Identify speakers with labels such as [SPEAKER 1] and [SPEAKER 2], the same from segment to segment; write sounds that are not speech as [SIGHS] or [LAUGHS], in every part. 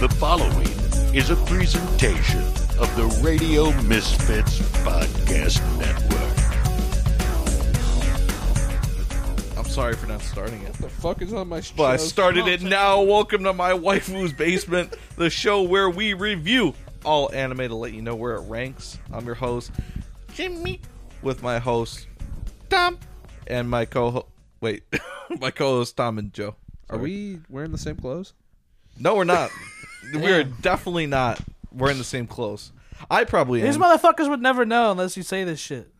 [SPEAKER 1] The following is a presentation of the Radio Misfits Podcast Network.
[SPEAKER 2] I'm sorry for not starting it.
[SPEAKER 3] The fuck is on my show?
[SPEAKER 2] But I started it now. Welcome to my waifu's basement, the show where we review all anime to let you know where it ranks. I'm your host, Jimmy, with my host Tom and my co-host. Wait, [LAUGHS] my co-host Tom and Joe.
[SPEAKER 3] Are we wearing the same clothes?
[SPEAKER 2] No, we're not. we're definitely not wearing the same clothes. I probably
[SPEAKER 4] These
[SPEAKER 2] am.
[SPEAKER 4] motherfuckers would never know unless you say this shit.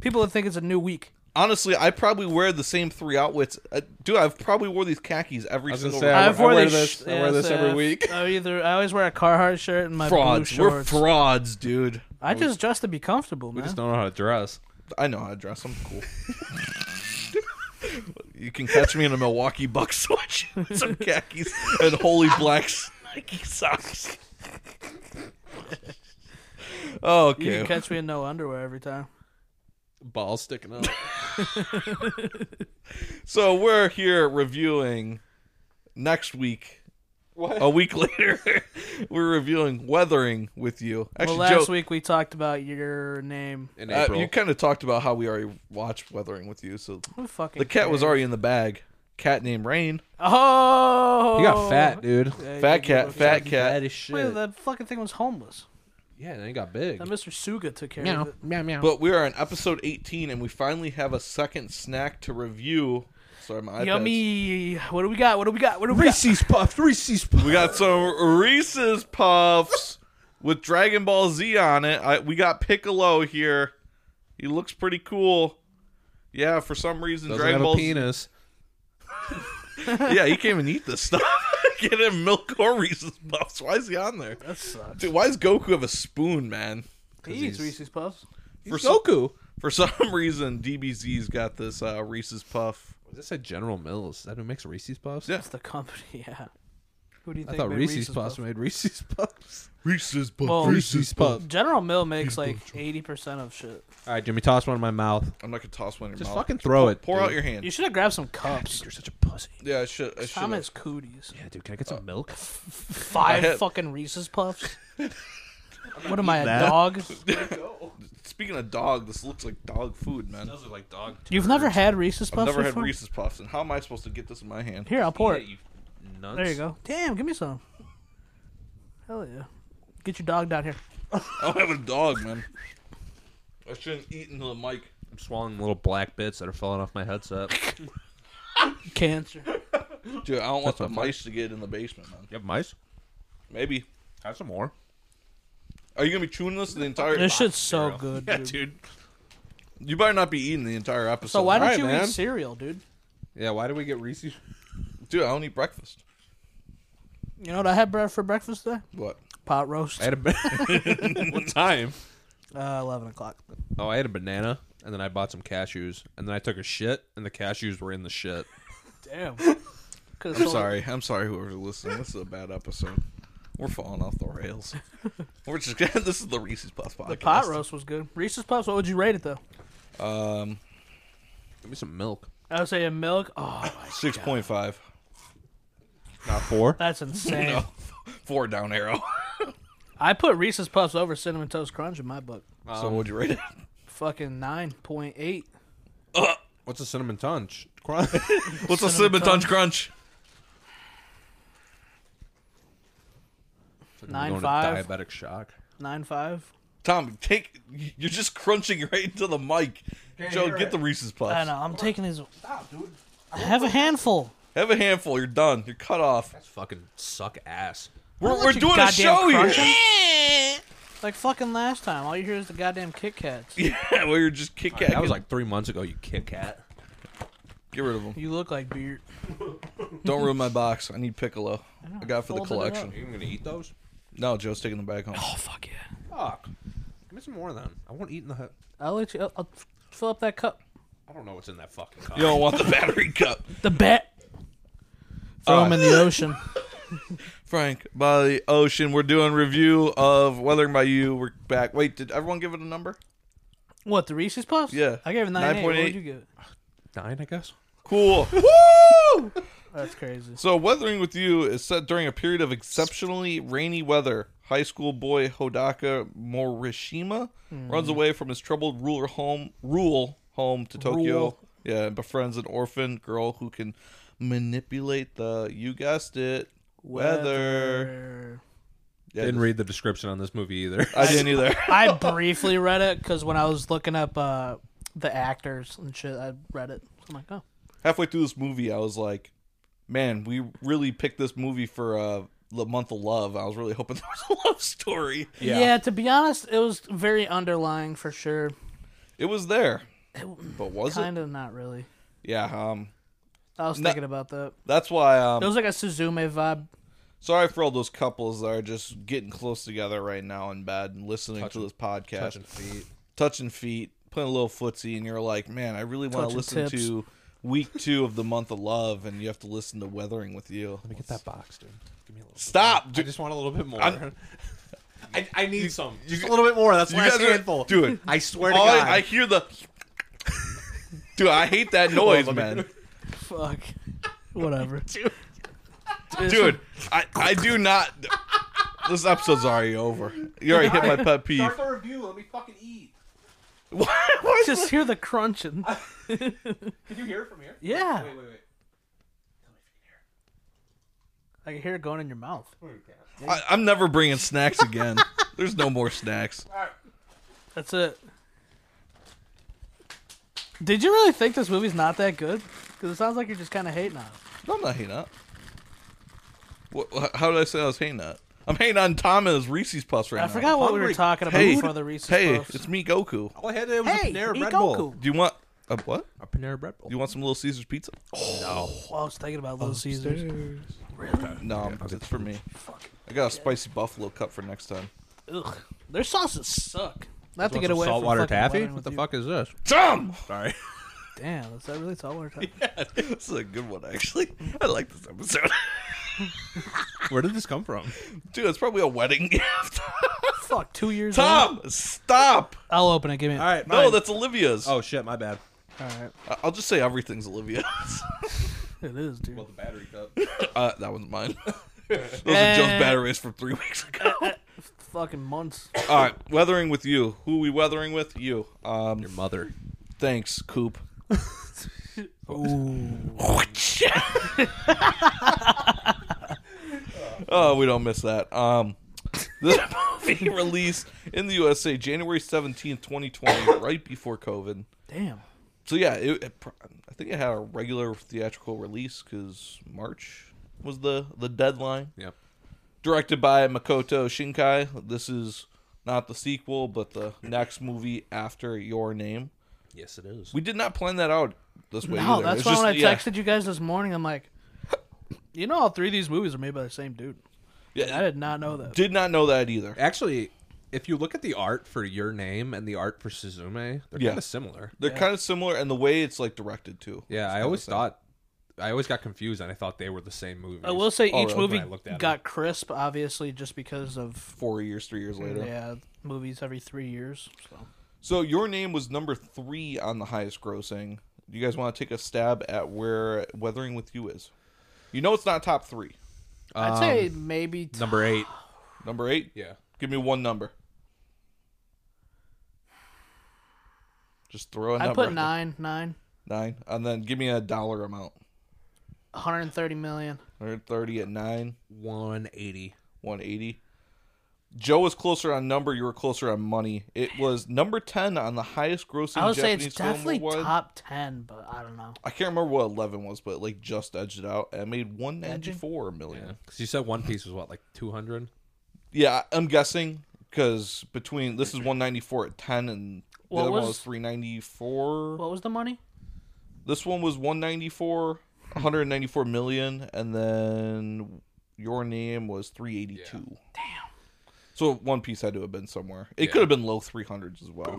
[SPEAKER 4] People would think it's a new week.
[SPEAKER 2] honestly. I probably wear the same three outfits. Uh, dude, I've probably wore these khakis every
[SPEAKER 3] was gonna
[SPEAKER 2] single.
[SPEAKER 3] say, I
[SPEAKER 2] round.
[SPEAKER 3] wear
[SPEAKER 4] these
[SPEAKER 3] this- I wear this every
[SPEAKER 4] I've-
[SPEAKER 3] week.
[SPEAKER 4] I either I always wear a Carhartt shirt and my
[SPEAKER 2] frauds.
[SPEAKER 4] blue
[SPEAKER 2] We're
[SPEAKER 4] shorts.
[SPEAKER 2] frauds, dude.
[SPEAKER 4] I just dress to be comfortable, man.
[SPEAKER 3] Just don't know how to dress.
[SPEAKER 2] I know how to dress. I'm cool. you can catch me in a Milwaukee Bucks sweatshirt with some khakis and holy black Nike socks.
[SPEAKER 4] you
[SPEAKER 2] okay.
[SPEAKER 4] can catch me in no underwear
[SPEAKER 3] [LAUGHS]
[SPEAKER 4] every time.
[SPEAKER 3] Balls sticking [LAUGHS] out.
[SPEAKER 2] so we're here reviewing next week.
[SPEAKER 3] What?
[SPEAKER 2] A week [LAUGHS] later, we're reviewing weathering with you. Actually,
[SPEAKER 4] well, last
[SPEAKER 2] Joe,
[SPEAKER 4] week we talked about your name.
[SPEAKER 3] In
[SPEAKER 2] uh,
[SPEAKER 3] April.
[SPEAKER 2] you kind of talked about how we already watched weathering with you. So
[SPEAKER 4] Who fucking
[SPEAKER 2] the cat was
[SPEAKER 4] cares?
[SPEAKER 2] already in the bag. Cat named Rain.
[SPEAKER 4] Oh,
[SPEAKER 3] You got fat, dude.
[SPEAKER 4] Yeah,
[SPEAKER 2] Fat
[SPEAKER 4] you
[SPEAKER 2] cat.
[SPEAKER 4] look
[SPEAKER 2] Fat
[SPEAKER 4] fat.
[SPEAKER 2] cat.
[SPEAKER 3] as
[SPEAKER 4] Wait, that fucking thing was homeless.
[SPEAKER 3] Yeah, and then you got big.
[SPEAKER 4] That Mr. Suga took care of it.
[SPEAKER 3] meow, meow.
[SPEAKER 2] But we are on episode 18, and we finally have a second snack to review. Sorry, my iPad's-
[SPEAKER 4] Yummy. What do we got? What do we got? What do we got?
[SPEAKER 3] Reese's Puffs, Reese's Puffs.
[SPEAKER 2] We got some Reese's Puffs with Dragon Ball Z on it. I, we got Piccolo here. He looks pretty cool. Yeah, for some reason,
[SPEAKER 3] Doesn't
[SPEAKER 2] Dragon
[SPEAKER 3] have
[SPEAKER 2] Ball.
[SPEAKER 3] a
[SPEAKER 2] Z-
[SPEAKER 3] penis.
[SPEAKER 2] [LAUGHS] Yeah, he can't even eat this stuff. [LAUGHS] Get him milk or Reese's Puffs. Why is he on there?
[SPEAKER 4] That sucks.
[SPEAKER 2] Dude, why does Goku have a spoon, man?
[SPEAKER 4] He eats Reese's Puffs.
[SPEAKER 2] For
[SPEAKER 3] For
[SPEAKER 2] some,
[SPEAKER 3] Goku.
[SPEAKER 2] for some reason, DBZ's got this uh, Reese's Puff.
[SPEAKER 3] Is this at General Mills? Is that who makes Reese's Puffs?
[SPEAKER 2] Yeah.
[SPEAKER 4] That's the company, [LAUGHS] yeah. Who do you
[SPEAKER 3] I
[SPEAKER 4] think
[SPEAKER 3] thought
[SPEAKER 4] made
[SPEAKER 3] Reese's, Puffs,
[SPEAKER 4] Puffs?
[SPEAKER 3] made Reese's [LAUGHS] Puffs.
[SPEAKER 2] Reese's Puff.
[SPEAKER 4] Well,
[SPEAKER 3] Reese's Puffs.
[SPEAKER 4] General Mill makes like eighty percent of shit.
[SPEAKER 3] All right, Jimmy, toss one in my mouth.
[SPEAKER 2] I'm not gonna toss one in your
[SPEAKER 3] Just
[SPEAKER 2] mouth.
[SPEAKER 3] fucking throw it.
[SPEAKER 2] Pour
[SPEAKER 3] dude.
[SPEAKER 2] out your hand.
[SPEAKER 4] You should have grabbed some cups.
[SPEAKER 3] You're such a pussy.
[SPEAKER 2] Yeah, I should. I should.
[SPEAKER 4] Tom has cooties.
[SPEAKER 3] Yeah, dude, can I get some milk?
[SPEAKER 4] Five
[SPEAKER 2] I had-
[SPEAKER 4] fucking Reese's Puffs.
[SPEAKER 3] [LAUGHS]
[SPEAKER 4] what am I, a dog?
[SPEAKER 2] Speaking of dog, this looks like dog food, man.
[SPEAKER 3] Those are like dog.
[SPEAKER 4] You've never had Reese's
[SPEAKER 2] I've
[SPEAKER 4] Puffs
[SPEAKER 2] never had
[SPEAKER 4] before?
[SPEAKER 2] Reese's Puffs, and how am I supposed to get this in my
[SPEAKER 4] [LAUGHS]
[SPEAKER 2] hand?
[SPEAKER 4] Here, I'll pour it.
[SPEAKER 3] nuts.
[SPEAKER 4] There you go. Damn, give me some. Hell yeah. Get your dog down here.
[SPEAKER 2] I don't have a dog, man. I shouldn't eat into the mic.
[SPEAKER 3] I'm swallowing little black bits that are falling off my [LAUGHS] headset. you [LAUGHS]
[SPEAKER 4] Cancer.
[SPEAKER 2] Dude, I don't want
[SPEAKER 3] That's
[SPEAKER 2] the
[SPEAKER 3] not funny.
[SPEAKER 2] mice to get in the basement, man.
[SPEAKER 3] have mice?
[SPEAKER 2] Maybe.
[SPEAKER 3] Have some more.
[SPEAKER 2] Are you gonna be chewing this the entire?
[SPEAKER 4] This
[SPEAKER 2] [LAUGHS]
[SPEAKER 4] shit's so good, dude.
[SPEAKER 2] You better not be eating the entire episode.
[SPEAKER 4] So why don't
[SPEAKER 3] Alright,
[SPEAKER 4] you
[SPEAKER 3] man.
[SPEAKER 4] eat cereal, dude?
[SPEAKER 3] Yeah, why did we get Reese's?
[SPEAKER 2] dude? I don't eat breakfast.
[SPEAKER 4] You know what I had bre- for breakfast today?
[SPEAKER 2] What?
[SPEAKER 4] Pot roast.
[SPEAKER 3] I had a ba- [LAUGHS] what time?
[SPEAKER 4] Uh, eleven o'clock.
[SPEAKER 3] Oh, I had a banana, and then I bought some cashews, and then I took a shit, and the cashews were in the shit.
[SPEAKER 4] [LAUGHS] Damn.
[SPEAKER 2] I'm sorry. I'm sorry, whoever's listening. This is a bad episode. We're falling off the
[SPEAKER 4] [LAUGHS]
[SPEAKER 2] rails. We're just gonna, [LAUGHS] this is the Reese's Puffs podcast.
[SPEAKER 4] The pot roast was good. Reese's Puffs. What would you rate it though?
[SPEAKER 2] Um,
[SPEAKER 3] Give me some milk.
[SPEAKER 4] I would say a milk. Oh,
[SPEAKER 2] six point five.
[SPEAKER 3] Not [LAUGHS] four.
[SPEAKER 4] [LAUGHS] that's insane.
[SPEAKER 2] No, four down
[SPEAKER 4] [LAUGHS]
[SPEAKER 2] arrow.
[SPEAKER 4] I put Reese's Puffs over Cinnamon Toast Crunch in my book.
[SPEAKER 2] so would you rate it?
[SPEAKER 4] Fucking nine point eight.
[SPEAKER 3] What's a cinnamon [LAUGHS] tunch? Crunch.
[SPEAKER 2] What's a cinnamon
[SPEAKER 4] Cinnamon
[SPEAKER 2] tunch crunch?
[SPEAKER 4] Nine
[SPEAKER 3] going
[SPEAKER 4] five.
[SPEAKER 3] To diabetic shock.
[SPEAKER 4] Nine five.
[SPEAKER 2] Tom, take. You're just crunching right into the mic. Joe, get the Reese's Puffs.
[SPEAKER 4] I know. I'm taking his. Have a handful.
[SPEAKER 2] Have a handful. You're done. You're cut off.
[SPEAKER 3] That's fucking suck ass.
[SPEAKER 2] We're,
[SPEAKER 4] Don't
[SPEAKER 2] we're
[SPEAKER 4] let you
[SPEAKER 2] doing a
[SPEAKER 4] goddamn
[SPEAKER 2] show
[SPEAKER 4] crunch
[SPEAKER 2] here.
[SPEAKER 4] Like fucking last time. All you hear is the goddamn Kit
[SPEAKER 2] [LAUGHS]
[SPEAKER 4] Kats.
[SPEAKER 2] Yeah, well, you're just Kit Kat.
[SPEAKER 3] That was like three months ago. You Kit Kat.
[SPEAKER 2] get rid of them.
[SPEAKER 4] You look like beer.
[SPEAKER 2] Don't ruin my box. I need Piccolo. I got it for the
[SPEAKER 4] Folded it up.
[SPEAKER 2] collection.
[SPEAKER 3] Are you even gonna eat those?
[SPEAKER 2] No, Joe's taking them back home.
[SPEAKER 4] Oh fuck yeah.
[SPEAKER 3] Fuck. Give me some more then. I won't eat in the.
[SPEAKER 4] I'll let you. I'll, I'll fill up that cup.
[SPEAKER 3] I don't know what's in that fucking cup.
[SPEAKER 2] You don't want the battery cup.
[SPEAKER 4] The bet. Throw him in the ocean.
[SPEAKER 2] Frank, by the ocean, we're doing review of Weathering by You. We're back. Wait, did everyone give it a number?
[SPEAKER 4] What the Reese's Puffs?
[SPEAKER 2] Yeah.
[SPEAKER 4] I gave it nine. 9.8. What
[SPEAKER 2] 9.8.
[SPEAKER 4] would you give it?
[SPEAKER 3] Nine, I guess.
[SPEAKER 4] [LAUGHS]
[SPEAKER 2] Cool. Woo!
[SPEAKER 4] That's crazy.
[SPEAKER 2] So, weathering with you is set during a period of exceptionally rainy weather. High school boy Hodaka Morishima runs away from his troubled ruler home, rural home to Tokyo.
[SPEAKER 4] Rural.
[SPEAKER 2] Yeah, and befriends an orphan girl who can manipulate the, you guessed it, weather.
[SPEAKER 4] Weather.
[SPEAKER 2] Yeah,
[SPEAKER 3] Didn't read the description on this movie either. [LAUGHS]
[SPEAKER 2] I didn't either.
[SPEAKER 4] [LAUGHS]
[SPEAKER 2] [LAUGHS]
[SPEAKER 4] I briefly read it because when I was looking up uh, the actors and shit, I read it. So I'm like, oh,
[SPEAKER 2] halfway through this movie, I was like, man, we really picked this movie for uh, the month of love. I was really hoping [LAUGHS] there was a love story.
[SPEAKER 4] yeah. To be honest, it was very underlying for sure.
[SPEAKER 2] It was there, but was
[SPEAKER 4] Kind of not really.
[SPEAKER 2] it? Yeah. Um,
[SPEAKER 4] I was
[SPEAKER 2] No.
[SPEAKER 4] thinking about that.
[SPEAKER 2] that's why.
[SPEAKER 4] It
[SPEAKER 2] Um,
[SPEAKER 4] was like a Suzume vibe.
[SPEAKER 2] sorry for all those couples that are just getting close together right now in bed and listening
[SPEAKER 3] Touching-
[SPEAKER 2] to this podcast,
[SPEAKER 3] Touching
[SPEAKER 2] touching,
[SPEAKER 3] feet.
[SPEAKER 2] feet, playing a little footsie, and you're like, man, I really want to
[SPEAKER 4] Touching
[SPEAKER 2] listen
[SPEAKER 4] tips.
[SPEAKER 2] to week two of the month of love, and you have to listen to Weathering with you.
[SPEAKER 3] Let me get that box, dude. Give me a little.
[SPEAKER 2] Stop,
[SPEAKER 3] I
[SPEAKER 2] dude.
[SPEAKER 3] just want a little bit more.
[SPEAKER 2] I'm-
[SPEAKER 3] [LAUGHS] I, I need some. Just a little bit more. That's
[SPEAKER 2] you
[SPEAKER 3] the last
[SPEAKER 2] guys are-
[SPEAKER 3] handful.
[SPEAKER 2] dude,
[SPEAKER 3] [LAUGHS] I swear to
[SPEAKER 2] All
[SPEAKER 3] God.
[SPEAKER 2] I, I hear the. [LAUGHS] Dude, I hate that noise,
[SPEAKER 3] Hold on, let me-
[SPEAKER 2] man.
[SPEAKER 4] Fuck. [LAUGHS] Whatever.
[SPEAKER 2] Dude, I, I do not. [LAUGHS] This episode's already over. You already hit my pet peeve.
[SPEAKER 3] the review. Let me fucking eat.
[SPEAKER 2] [LAUGHS] What? What?
[SPEAKER 4] Just hear the [LAUGHS] crunching.
[SPEAKER 3] Can you hear it from here?
[SPEAKER 4] Yeah.
[SPEAKER 3] wait, wait.
[SPEAKER 4] I can hear it going in your mouth.
[SPEAKER 2] I, I'm never bringing snacks again. There's no more snacks.
[SPEAKER 4] That's it. Did you really think this movie's not that good? Because it sounds like you're just kind of hating on it.
[SPEAKER 2] No, I'm not hating that. What, what- how did I say I was hating that? I'm hating on Tom and his Reese's Puffs right
[SPEAKER 4] I
[SPEAKER 2] now.
[SPEAKER 4] forgot what we were
[SPEAKER 3] Hungry.
[SPEAKER 4] talking about
[SPEAKER 2] Hey,
[SPEAKER 4] before the Reese's
[SPEAKER 2] hey,
[SPEAKER 4] Puffs.
[SPEAKER 2] it's me, Goku.
[SPEAKER 3] All I had there was
[SPEAKER 4] Hey,
[SPEAKER 3] a Panera
[SPEAKER 4] eat
[SPEAKER 3] Bread Bowl.
[SPEAKER 4] Goku.
[SPEAKER 2] Do you want a what?
[SPEAKER 3] A Panera Bread Bowl.
[SPEAKER 2] Do you want some Little Caesars pizza?
[SPEAKER 4] Oh, I was thinking about Little Caesars.
[SPEAKER 2] No, it's for me. I got a spicy buffalo cup for next time.
[SPEAKER 4] Ugh, their sauces suck. I have to
[SPEAKER 3] Want
[SPEAKER 4] get
[SPEAKER 3] some
[SPEAKER 4] away from
[SPEAKER 3] saltwater
[SPEAKER 4] fucking
[SPEAKER 3] taffy?
[SPEAKER 4] weathering
[SPEAKER 3] What
[SPEAKER 4] with
[SPEAKER 3] the
[SPEAKER 4] you.
[SPEAKER 3] fuck is this?
[SPEAKER 2] [LAUGHS] Tom!
[SPEAKER 3] Sorry.
[SPEAKER 4] Damn, is that really saltwater
[SPEAKER 2] [LAUGHS]
[SPEAKER 4] taffy?
[SPEAKER 2] this is a good one, actually. I like this episode. [LAUGHS]
[SPEAKER 3] Where did this come from?
[SPEAKER 2] Dude, it's probably a wedding [LAUGHS] gift.
[SPEAKER 4] fuck, two years. in?
[SPEAKER 2] Tom, stop!
[SPEAKER 4] I'll open it. Give me.
[SPEAKER 3] All right.
[SPEAKER 2] No,
[SPEAKER 3] mine.
[SPEAKER 2] that's Olivia's.
[SPEAKER 3] Oh shit, my bad.
[SPEAKER 4] All right.
[SPEAKER 2] I- I'll just say everything's Olivia's. [LAUGHS]
[SPEAKER 4] It is, dude.
[SPEAKER 3] the battery cup.
[SPEAKER 2] uh, that one's mine. [LAUGHS] Those are
[SPEAKER 4] Eh.
[SPEAKER 2] Joe's batteries from three weeks ago.
[SPEAKER 4] fucking
[SPEAKER 2] [COUGHS]
[SPEAKER 4] months.
[SPEAKER 2] All right, weathering with you. Who we weathering with? You. Um,
[SPEAKER 3] Your mother.
[SPEAKER 2] thanks, Coop.
[SPEAKER 4] Ooh.
[SPEAKER 2] [LAUGHS] Oh, we don't miss that. Um, this [LAUGHS] movie released in the USA January seventeenth, 2020, right before COVID.
[SPEAKER 4] Damn.
[SPEAKER 2] So yeah, it, it, pro- I think it had a regular theatrical release because March was the the deadline.
[SPEAKER 3] Yep.
[SPEAKER 2] Directed by Makoto Shinkai, this is not the sequel, but the next movie after Your Name.
[SPEAKER 3] Yes, it is.
[SPEAKER 2] We did not plan that out this way.
[SPEAKER 4] No,
[SPEAKER 2] either.
[SPEAKER 4] that's
[SPEAKER 2] It's
[SPEAKER 4] why
[SPEAKER 2] just-
[SPEAKER 4] when I
[SPEAKER 2] yeah.
[SPEAKER 4] texted you guys this morning, I'm like, [COUGHS] you know, all three of these movies are made by the same dude.
[SPEAKER 2] Yeah.
[SPEAKER 4] I did not know that.
[SPEAKER 2] Did not know that either.
[SPEAKER 3] Actually, if you look at the art for Your Name and the art for Suzume, they're
[SPEAKER 2] Yeah.
[SPEAKER 3] kind of similar.
[SPEAKER 2] They're kind of similar, and the way it's like directed too.
[SPEAKER 3] Yeah, I always thought, I always got confused, and I thought they were the same movie.
[SPEAKER 4] I will say
[SPEAKER 2] Oh,
[SPEAKER 4] each
[SPEAKER 2] really?
[SPEAKER 4] movie
[SPEAKER 3] When I looked at
[SPEAKER 4] got crisp, obviously, just because of
[SPEAKER 2] Four years, three years later.
[SPEAKER 4] yeah movies every three years. So
[SPEAKER 2] So your name was number three on the highest grossing. You guys want to take a stab at where Weathering with You is? You know it's not top three.
[SPEAKER 4] I'd say
[SPEAKER 2] Um,
[SPEAKER 4] maybe t-
[SPEAKER 3] number [GASPS] eight.
[SPEAKER 2] Number eight.
[SPEAKER 3] Yeah,
[SPEAKER 2] Give me one number. Just throw a
[SPEAKER 4] I
[SPEAKER 2] number.
[SPEAKER 4] put nine, nine,
[SPEAKER 2] Nine, and then give me a dollar amount.
[SPEAKER 4] 130 million.
[SPEAKER 2] 130 at nine,
[SPEAKER 3] one eighty.
[SPEAKER 2] 180. Joe was closer on number. You were closer on money. It was number ten on the highest grossing.
[SPEAKER 4] I would say
[SPEAKER 2] Japanese
[SPEAKER 4] it's
[SPEAKER 2] film
[SPEAKER 4] definitely
[SPEAKER 2] worldwide.
[SPEAKER 4] top ten, but I don't know.
[SPEAKER 2] I can't remember what eleven was, but like just edged it out. and made one ninety four
[SPEAKER 3] Yeah,
[SPEAKER 2] million.
[SPEAKER 3] because you said One Piece was what, like two hundred?
[SPEAKER 2] Yeah, I'm guessing because between this is one ninety four at ten, and the
[SPEAKER 4] What
[SPEAKER 2] other one
[SPEAKER 4] was-
[SPEAKER 2] was three ninety four.
[SPEAKER 4] What was the money?
[SPEAKER 2] This one was one ninety four, one hundred ninety four million, and then your name was three eighty two. Damn. So one piece had to have been somewhere. It
[SPEAKER 3] Yeah.
[SPEAKER 2] could have been low three hundreds as well.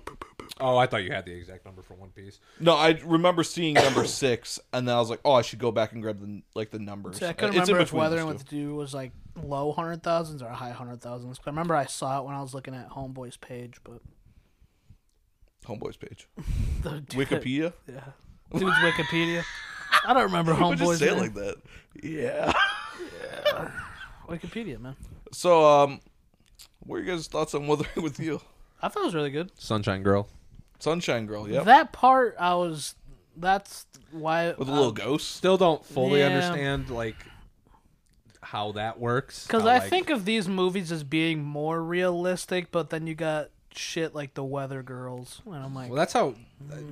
[SPEAKER 3] Oh, I thought you had the exact number for One Piece.
[SPEAKER 2] No, I remember seeing number [COUGHS] six, and then I was like, "Oh, I should go back and grab the like the numbers."
[SPEAKER 4] See, I
[SPEAKER 2] It's
[SPEAKER 4] couldn't
[SPEAKER 2] in
[SPEAKER 4] remember if
[SPEAKER 2] between those
[SPEAKER 4] Weathering
[SPEAKER 2] two.
[SPEAKER 4] with the Dew was like low hundred thousands or high hundred thousands. I remember I saw it when I was looking at Homeboy's page, but [LAUGHS]
[SPEAKER 2] Homeboy's page,
[SPEAKER 4] the dude-
[SPEAKER 2] Wikipedia.
[SPEAKER 4] [LAUGHS]
[SPEAKER 2] [LAUGHS]
[SPEAKER 4] yeah, dude's Wikipedia. I don't remember
[SPEAKER 2] We just
[SPEAKER 4] homeboys.
[SPEAKER 2] say it
[SPEAKER 4] man.
[SPEAKER 2] like that. Yeah.
[SPEAKER 4] Wikipedia, man.
[SPEAKER 2] [LAUGHS] So, um, what are your guys' thoughts on Wuthering with You?
[SPEAKER 4] I thought it was really good.
[SPEAKER 3] Sunshine Girl.
[SPEAKER 2] Sunshine Girl, yep.
[SPEAKER 4] That part, I was. That's why.
[SPEAKER 2] With a little ghost.
[SPEAKER 3] Still don't fully
[SPEAKER 4] Yeah.
[SPEAKER 3] understand like how that works.
[SPEAKER 4] Because
[SPEAKER 3] How,
[SPEAKER 4] I
[SPEAKER 3] like-
[SPEAKER 4] think of these movies as being more realistic, but then you got shit like the Weather Girls, and I'm like,
[SPEAKER 3] Well, that's how.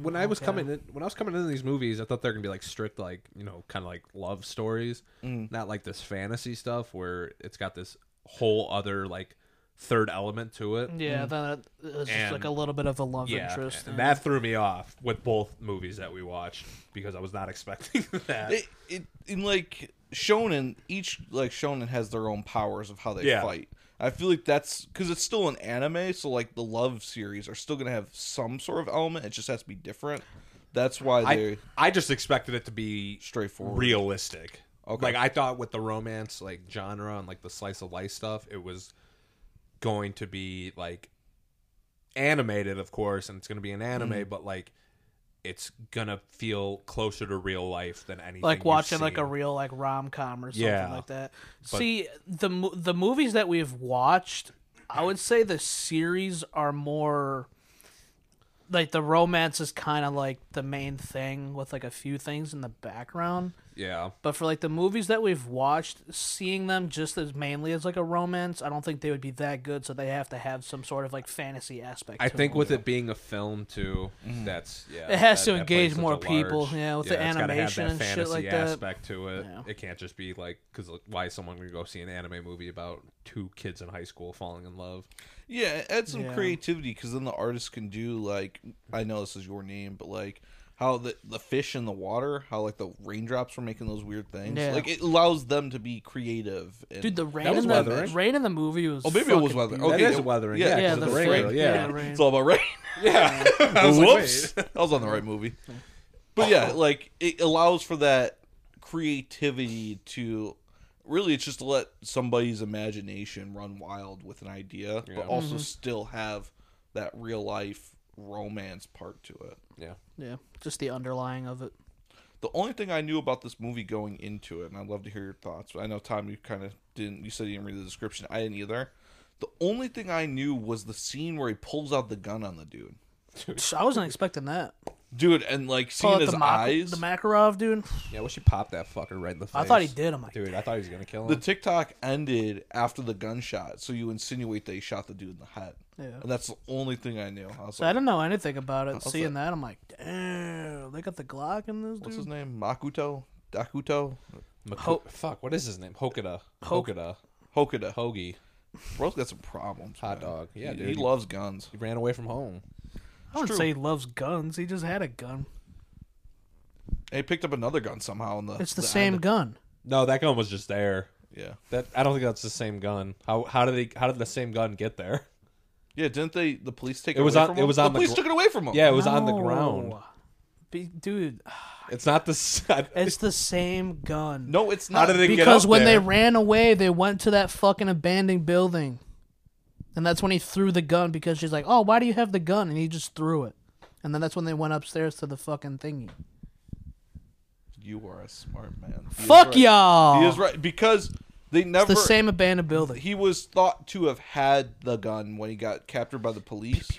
[SPEAKER 3] When I was coming in, when I was coming into these movies, I thought they were gonna be like strict, like you know, kind of like love stories, not like this fantasy stuff where it's got this whole other like third element to it.
[SPEAKER 2] mm.
[SPEAKER 4] yeah, then it- it's just
[SPEAKER 3] And-
[SPEAKER 4] like a little bit of a love
[SPEAKER 3] Yeah,
[SPEAKER 4] Mm, interest.
[SPEAKER 3] and that threw me off with both movies that we watched because I was not [LAUGHS] expecting that.
[SPEAKER 2] It, it, in like shonen, each like shonen has their own powers of how they
[SPEAKER 3] Yeah.
[SPEAKER 2] fight. I feel like that's because it's still an anime, so like the love series are still gonna have some sort of element. It just has to be different. That's why they.
[SPEAKER 3] I I just expected it to be
[SPEAKER 2] Straightforward.
[SPEAKER 3] realistic.
[SPEAKER 2] Okay.
[SPEAKER 3] Like I thought with the romance like genre and like the slice of life stuff, it was going to be like animated, of course, and it's going to be an anime, but like it's gonna feel closer to real life than anything.
[SPEAKER 4] like
[SPEAKER 3] you've
[SPEAKER 4] watching like a
[SPEAKER 3] seen.
[SPEAKER 4] real like rom com or something
[SPEAKER 3] Yeah.
[SPEAKER 4] like that. See the mo- the movies that we've watched, I would say the series are more like the romance is kind of like the main thing with like a few things in the background.
[SPEAKER 3] yeah.
[SPEAKER 4] But for like the movies that we've watched, seeing them just as mainly as like a romance, I don't think they would be that good. So they have to have some sort of like fantasy aspect.
[SPEAKER 3] I
[SPEAKER 4] to
[SPEAKER 3] think
[SPEAKER 4] them.
[SPEAKER 3] with it being a film too, that's yeah.
[SPEAKER 4] It has
[SPEAKER 3] that-
[SPEAKER 4] to
[SPEAKER 3] that plays
[SPEAKER 4] engage
[SPEAKER 3] such
[SPEAKER 4] more
[SPEAKER 3] a large-
[SPEAKER 4] people, yeah, with the
[SPEAKER 3] it's gotta have
[SPEAKER 4] animation
[SPEAKER 3] that
[SPEAKER 4] and shit
[SPEAKER 3] fantasy
[SPEAKER 4] like that.
[SPEAKER 3] Aspect to it.
[SPEAKER 4] Yeah.
[SPEAKER 3] It can't just be like because why is someone gonna go see an anime movie about two kids in high school falling in love?
[SPEAKER 2] Yeah, add some
[SPEAKER 4] Yeah.
[SPEAKER 2] creativity because then the artist can do like I know this is your name, but like how the the fish in the water, how like the raindrops were making those weird things.
[SPEAKER 4] Yeah.
[SPEAKER 2] Like it allows them to be creative. And,
[SPEAKER 4] dude, the rain
[SPEAKER 3] was
[SPEAKER 4] in the
[SPEAKER 3] weather, right?
[SPEAKER 4] rain in the movie was
[SPEAKER 2] oh maybe it was
[SPEAKER 4] fucking
[SPEAKER 2] weather.
[SPEAKER 4] beautiful.
[SPEAKER 2] Okay,
[SPEAKER 3] That is
[SPEAKER 2] it-
[SPEAKER 3] weathering,
[SPEAKER 2] Yeah,
[SPEAKER 3] yeah,
[SPEAKER 4] Yeah,
[SPEAKER 3] 'cause
[SPEAKER 4] the,
[SPEAKER 3] of the
[SPEAKER 4] rain,
[SPEAKER 3] rain,
[SPEAKER 4] yeah,
[SPEAKER 3] yeah.
[SPEAKER 4] rain.
[SPEAKER 2] it's all about rain.
[SPEAKER 3] [LAUGHS] Yeah. I was
[SPEAKER 2] [LAUGHS]
[SPEAKER 3] like,
[SPEAKER 2] Whoops,
[SPEAKER 3] wait.
[SPEAKER 2] I was on the right movie. But yeah, like it allows for that creativity to really it's just to let somebody's imagination run wild with an idea, but also
[SPEAKER 4] Mm-hmm.
[SPEAKER 2] still have that real life romance part to it.
[SPEAKER 3] Yeah.
[SPEAKER 4] Yeah, just the underlying of it.
[SPEAKER 2] The only thing I knew about this movie going into it, and I'd love to hear your thoughts. I know Tom, you kind of didn't. You said you didn't read the description. I didn't either. The only thing I knew was the scene where he pulls out the gun on the dude,
[SPEAKER 4] I wasn't expecting that.
[SPEAKER 2] dude, and like
[SPEAKER 4] Pull
[SPEAKER 2] seeing
[SPEAKER 4] out
[SPEAKER 2] his
[SPEAKER 4] the, Mak-
[SPEAKER 2] eyes.
[SPEAKER 4] the Makarov dude.
[SPEAKER 3] Yeah, I wish he popped that fucker right in the face.
[SPEAKER 4] I thought he did. I'm like,
[SPEAKER 3] Dude, I thought he was gonna kill
[SPEAKER 2] the
[SPEAKER 3] him.
[SPEAKER 2] TikTok ended after the gunshot, so you insinuate they shot the dude in the head.
[SPEAKER 4] Yeah.
[SPEAKER 2] And that's the only thing I knew. I was
[SPEAKER 4] so I
[SPEAKER 2] like,
[SPEAKER 4] didn't know anything about it. Seeing that? I'm like, damn, they got the Glock in this
[SPEAKER 2] what's his
[SPEAKER 4] dude.
[SPEAKER 2] name? Makuto? Dakuto?
[SPEAKER 3] Maku- fuck, what is his name? Hokuda.
[SPEAKER 4] Hok-
[SPEAKER 3] Hokuda.
[SPEAKER 2] Hokuda.
[SPEAKER 3] Hoagie.
[SPEAKER 2] Bro's got some problems.
[SPEAKER 3] Hot
[SPEAKER 2] man.
[SPEAKER 3] dog. Yeah,
[SPEAKER 2] he,
[SPEAKER 3] dude.
[SPEAKER 2] he loves guns.
[SPEAKER 3] He ran away from home.
[SPEAKER 4] I wouldn't
[SPEAKER 2] true.
[SPEAKER 4] say he loves guns. He just had a gun.
[SPEAKER 2] And he picked up another gun somehow in the.
[SPEAKER 4] It's the,
[SPEAKER 2] the
[SPEAKER 4] same
[SPEAKER 2] end.
[SPEAKER 4] gun.
[SPEAKER 3] No, that gun was just there.
[SPEAKER 2] Yeah.
[SPEAKER 3] That I don't think that's the same gun. How how did he how did the same gun get
[SPEAKER 4] [LAUGHS]
[SPEAKER 3] there?
[SPEAKER 2] Yeah, didn't they? The police take it,
[SPEAKER 3] It was
[SPEAKER 2] away
[SPEAKER 3] on-
[SPEAKER 2] from
[SPEAKER 3] it
[SPEAKER 2] him?
[SPEAKER 3] was
[SPEAKER 2] the
[SPEAKER 3] on the
[SPEAKER 2] police
[SPEAKER 3] gr-
[SPEAKER 2] took it away from him.
[SPEAKER 3] Yeah, it was on the
[SPEAKER 4] No.
[SPEAKER 3] ground.
[SPEAKER 4] Be- dude,
[SPEAKER 3] It's not the. s-
[SPEAKER 4] it's the same gun.
[SPEAKER 2] no, it's not.
[SPEAKER 3] How did they get
[SPEAKER 4] because
[SPEAKER 3] up
[SPEAKER 4] when
[SPEAKER 3] there?
[SPEAKER 4] they ran away, they went to that fucking abandoned building, and that's when he threw the gun because she's like, "Oh, why do you have the gun?" And he just threw it, and then that's when they went upstairs to the fucking thingy.
[SPEAKER 2] You are a smart man. He is
[SPEAKER 4] Fuck
[SPEAKER 2] right.
[SPEAKER 4] y'all.
[SPEAKER 2] He is right because they never.
[SPEAKER 4] the same abandoned building.
[SPEAKER 2] He was thought to have had the gun when he got captured by the police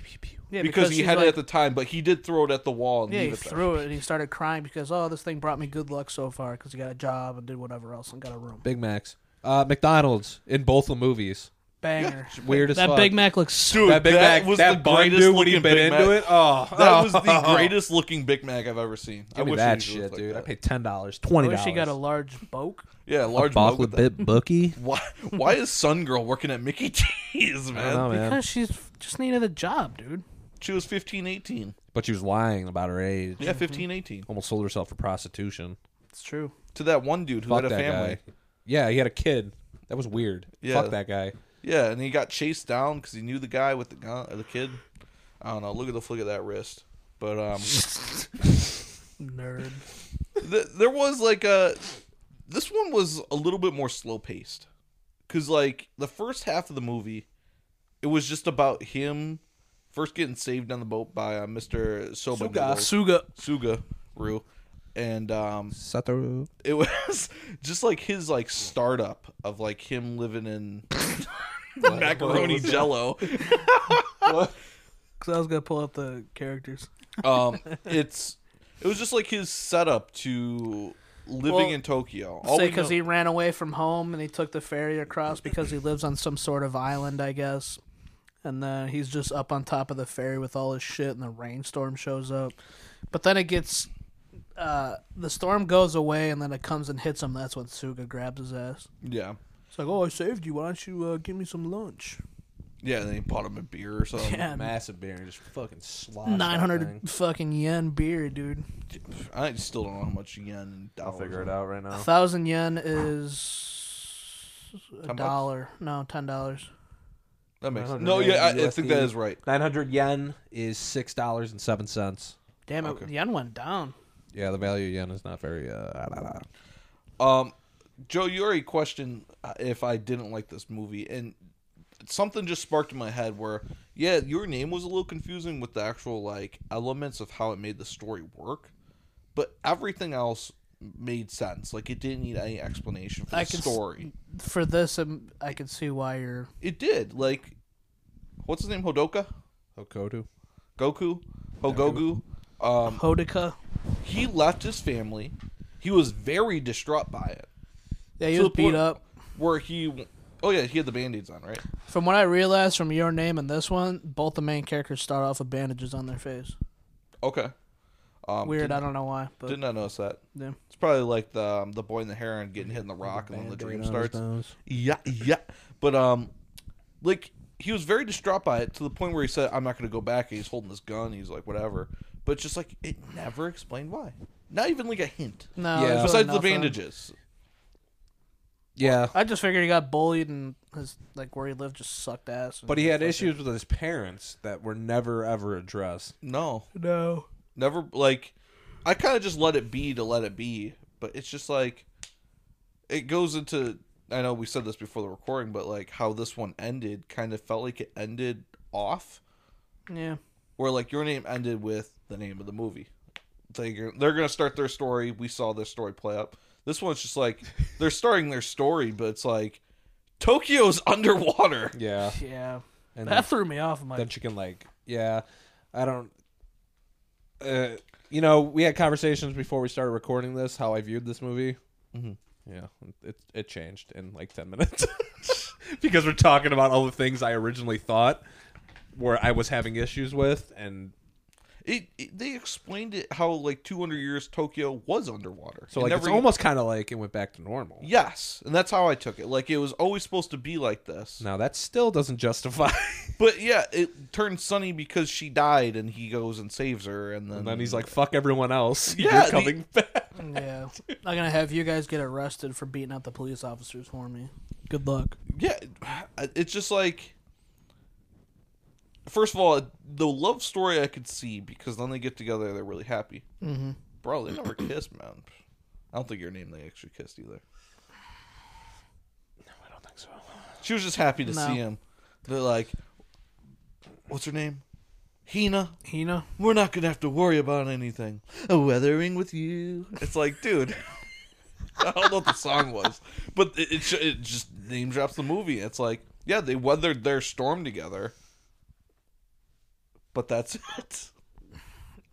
[SPEAKER 4] Yeah,
[SPEAKER 2] because, he
[SPEAKER 4] he's
[SPEAKER 2] had it
[SPEAKER 4] like-
[SPEAKER 2] at the time, but he did throw it at the wall and
[SPEAKER 4] Yeah,
[SPEAKER 2] leave
[SPEAKER 4] he
[SPEAKER 2] it there.
[SPEAKER 4] threw it and he started crying because oh, this thing brought me good luck so far because he got a job and did whatever else and got a room.
[SPEAKER 3] Big Macs. Uh, McDonald's in both the movies.
[SPEAKER 4] Banger.
[SPEAKER 3] Weird as
[SPEAKER 4] that
[SPEAKER 3] fuck.
[SPEAKER 4] Big Mac looks so
[SPEAKER 2] Dude,
[SPEAKER 3] That Big
[SPEAKER 2] That
[SPEAKER 3] Mac
[SPEAKER 2] was
[SPEAKER 3] that
[SPEAKER 2] the
[SPEAKER 3] bun
[SPEAKER 2] greatest
[SPEAKER 3] dude when he
[SPEAKER 2] looking
[SPEAKER 3] bit
[SPEAKER 2] Big
[SPEAKER 3] into
[SPEAKER 2] Mac.
[SPEAKER 3] it. Oh,
[SPEAKER 2] That
[SPEAKER 3] [LAUGHS]
[SPEAKER 2] was the greatest looking Big Mac I've ever seen. I
[SPEAKER 3] Give me
[SPEAKER 2] wish
[SPEAKER 3] that
[SPEAKER 2] it usually
[SPEAKER 3] shit,
[SPEAKER 2] looked
[SPEAKER 3] dude.
[SPEAKER 2] Like
[SPEAKER 3] I
[SPEAKER 2] that.
[SPEAKER 3] paid ten dollars, twenty
[SPEAKER 4] I wish
[SPEAKER 3] dollars.
[SPEAKER 4] he got a large boke.
[SPEAKER 2] Yeah, large mug with that.
[SPEAKER 3] chocolate
[SPEAKER 2] [LAUGHS]
[SPEAKER 3] bit bookie.
[SPEAKER 2] Why? Why is Sun Girl working at Mickey [LAUGHS] T's, man?
[SPEAKER 3] I don't know, man.
[SPEAKER 4] Because she's just needed a job, dude.
[SPEAKER 2] She was 15, 18.
[SPEAKER 3] But she was lying about her age.
[SPEAKER 2] Yeah, 15, 18.
[SPEAKER 3] Almost sold herself for prostitution.
[SPEAKER 4] It's true.
[SPEAKER 2] To that one dude who
[SPEAKER 3] Fuck
[SPEAKER 2] had a
[SPEAKER 3] that
[SPEAKER 2] family.
[SPEAKER 3] guy. Yeah, he had a kid. That was weird.
[SPEAKER 2] Yeah.
[SPEAKER 3] Fuck that guy.
[SPEAKER 2] Yeah, and he got chased down because he knew the guy with the gun, or the kid. I don't know. Look at the flick of that wrist. But [LAUGHS] um,
[SPEAKER 4] Nerd.
[SPEAKER 2] th- there was like a. This one was a little bit more slow paced, because like the first half of the movie, it was just about him first getting saved on the boat by uh, Mister Soba
[SPEAKER 3] Suga.
[SPEAKER 2] Noodles.
[SPEAKER 4] Suga.
[SPEAKER 2] Suga Rue, and um,
[SPEAKER 5] Satoru.
[SPEAKER 2] it [LAUGHS] was just like his like startup of like him living [LAUGHS] in macaroni jello.
[SPEAKER 4] Because I was gonna pull up the characters.
[SPEAKER 2] Um, it's it was just like his setup to living
[SPEAKER 4] Well,
[SPEAKER 2] in Tokyo.
[SPEAKER 4] Say
[SPEAKER 2] All
[SPEAKER 4] 'cause
[SPEAKER 2] we
[SPEAKER 4] because
[SPEAKER 2] know-
[SPEAKER 4] he ran away from home and he took the ferry across because he lives on some sort of island, I guess. And then he's just up on top of the ferry with all his shit, and the rainstorm shows up. But then it gets, uh, the storm goes away, and then it comes and hits him. That's when Suga grabs his ass.
[SPEAKER 2] yeah.
[SPEAKER 4] It's like, oh, I saved you. Why don't you uh, give me some lunch?
[SPEAKER 2] Yeah, and then he bought him a beer or something.
[SPEAKER 4] Yeah,
[SPEAKER 3] massive beer and just fucking sloshed. that
[SPEAKER 4] nine
[SPEAKER 3] thing.
[SPEAKER 4] hundred fucking yen beer, dude.
[SPEAKER 2] I still don't know how much yen and
[SPEAKER 3] I'll
[SPEAKER 2] dollars.
[SPEAKER 3] figure it
[SPEAKER 2] are.
[SPEAKER 3] out right
[SPEAKER 4] A
[SPEAKER 3] now.
[SPEAKER 4] thousand yen is a
[SPEAKER 2] bucks?
[SPEAKER 4] dollar. No, ten dollars.
[SPEAKER 2] That makes sense.
[SPEAKER 3] 100
[SPEAKER 2] No, yeah, I, I
[SPEAKER 3] USD.
[SPEAKER 2] think that is right.
[SPEAKER 3] Nine hundred yen is six dollars and seven cents.
[SPEAKER 4] Damn it,
[SPEAKER 2] Okay.
[SPEAKER 4] yen went down.
[SPEAKER 3] Yeah, the value of yen is not very. Uh,
[SPEAKER 2] Um, Joe, you already questioned uh, if I didn't like this movie, and something just sparked in my head where, yeah, your name was a little confusing with the actual like elements of how it made the story work, but everything else made sense. Like it didn't need any explanation for the
[SPEAKER 4] I can s-
[SPEAKER 2] story.
[SPEAKER 4] for this, um, I can see why you're.
[SPEAKER 2] It did. Like, what's his name? Hodoka,
[SPEAKER 3] Hokoto.
[SPEAKER 2] Goku, Hogogu. Um,
[SPEAKER 4] Hodaka.
[SPEAKER 2] he left his family. He was very distraught by it.
[SPEAKER 4] Yeah, he
[SPEAKER 2] To
[SPEAKER 4] was
[SPEAKER 2] the point
[SPEAKER 4] beat up.
[SPEAKER 2] Where he, oh yeah, he had the band-aids on, right?
[SPEAKER 4] From what I realized from your name and this one, both the main characters start off with bandages on their face.
[SPEAKER 2] Okay. Um,
[SPEAKER 4] Weird,
[SPEAKER 2] Didn't,
[SPEAKER 4] I don't know why, but
[SPEAKER 2] did not notice that.
[SPEAKER 4] yeah.
[SPEAKER 2] It's probably like the um, the boy in the heron getting hit in the rock and then the dream starts. Yeah, yeah. But um, like he was very distraught by it to the point where he said, "I'm not going to go back." And he's holding this gun. He's like, "Whatever." But it's just like it never explained why. Not even like a hint.
[SPEAKER 4] no.
[SPEAKER 3] Yeah.
[SPEAKER 4] there's really
[SPEAKER 2] Besides the
[SPEAKER 4] nothing.
[SPEAKER 2] bandages.
[SPEAKER 3] Yeah,
[SPEAKER 4] I just figured he got bullied and his like where he lived just sucked ass. and-
[SPEAKER 3] but he had issues with his parents that were never ever addressed.
[SPEAKER 2] No.
[SPEAKER 4] no.
[SPEAKER 2] Never like I kind of just let it be to let it be, but it's just like it goes into I know we said this before the recording, but like how this one ended kind of felt like it ended off
[SPEAKER 4] Yeah.
[SPEAKER 2] where like your name ended with the name of the movie. They they're going to start their story, we saw their story play up. This one's just like they're starting their story, but it's like Tokyo's [LAUGHS] underwater.
[SPEAKER 3] Yeah,
[SPEAKER 4] Yeah.
[SPEAKER 3] and
[SPEAKER 4] That threw me off. I'm like,
[SPEAKER 3] that you can like yeah i don't uh you know we had conversations before we started recording this how i viewed this movie
[SPEAKER 2] Mhm.
[SPEAKER 3] yeah it, it changed in like 10 minutes [LAUGHS] because we're talking about all the things i originally thought where i was having issues with and
[SPEAKER 2] It, it they explained it how like 200 years Tokyo was underwater.
[SPEAKER 3] so
[SPEAKER 2] It
[SPEAKER 3] like
[SPEAKER 2] never e-
[SPEAKER 3] it's
[SPEAKER 2] even-
[SPEAKER 3] almost kind of like it went back to normal
[SPEAKER 2] Yes, and that's how I took it. Like it was always supposed to be like this.
[SPEAKER 3] now that still doesn't justify [LAUGHS]
[SPEAKER 2] But yeah, it turned sunny because she died, and he goes and saves her, and then
[SPEAKER 3] and then he's like fuck everyone else
[SPEAKER 2] Yeah, the-
[SPEAKER 3] you're
[SPEAKER 2] [LAUGHS]
[SPEAKER 3] coming back
[SPEAKER 4] yeah. I'm gonna have you guys get arrested for beating up the police officers for me. Good luck.
[SPEAKER 2] yeah, it's just like. First of all, the love story I could see because then they get together, they're really happy. Mm-hmm. Bro, they never [CLEARS THROAT] kissed, man. I don't think your name they actually kissed either.
[SPEAKER 3] i don't think so
[SPEAKER 2] She was just happy to
[SPEAKER 4] No.
[SPEAKER 2] see him. They're like, what's her name? Hina.
[SPEAKER 4] Hina.
[SPEAKER 2] We're not gonna have to worry about anything. A weathering with you. It's like, dude. [LAUGHS] I don't know what the song was, but it, it, sh- it just name drops the movie. It's like, yeah, they weathered their storm together, but that's it.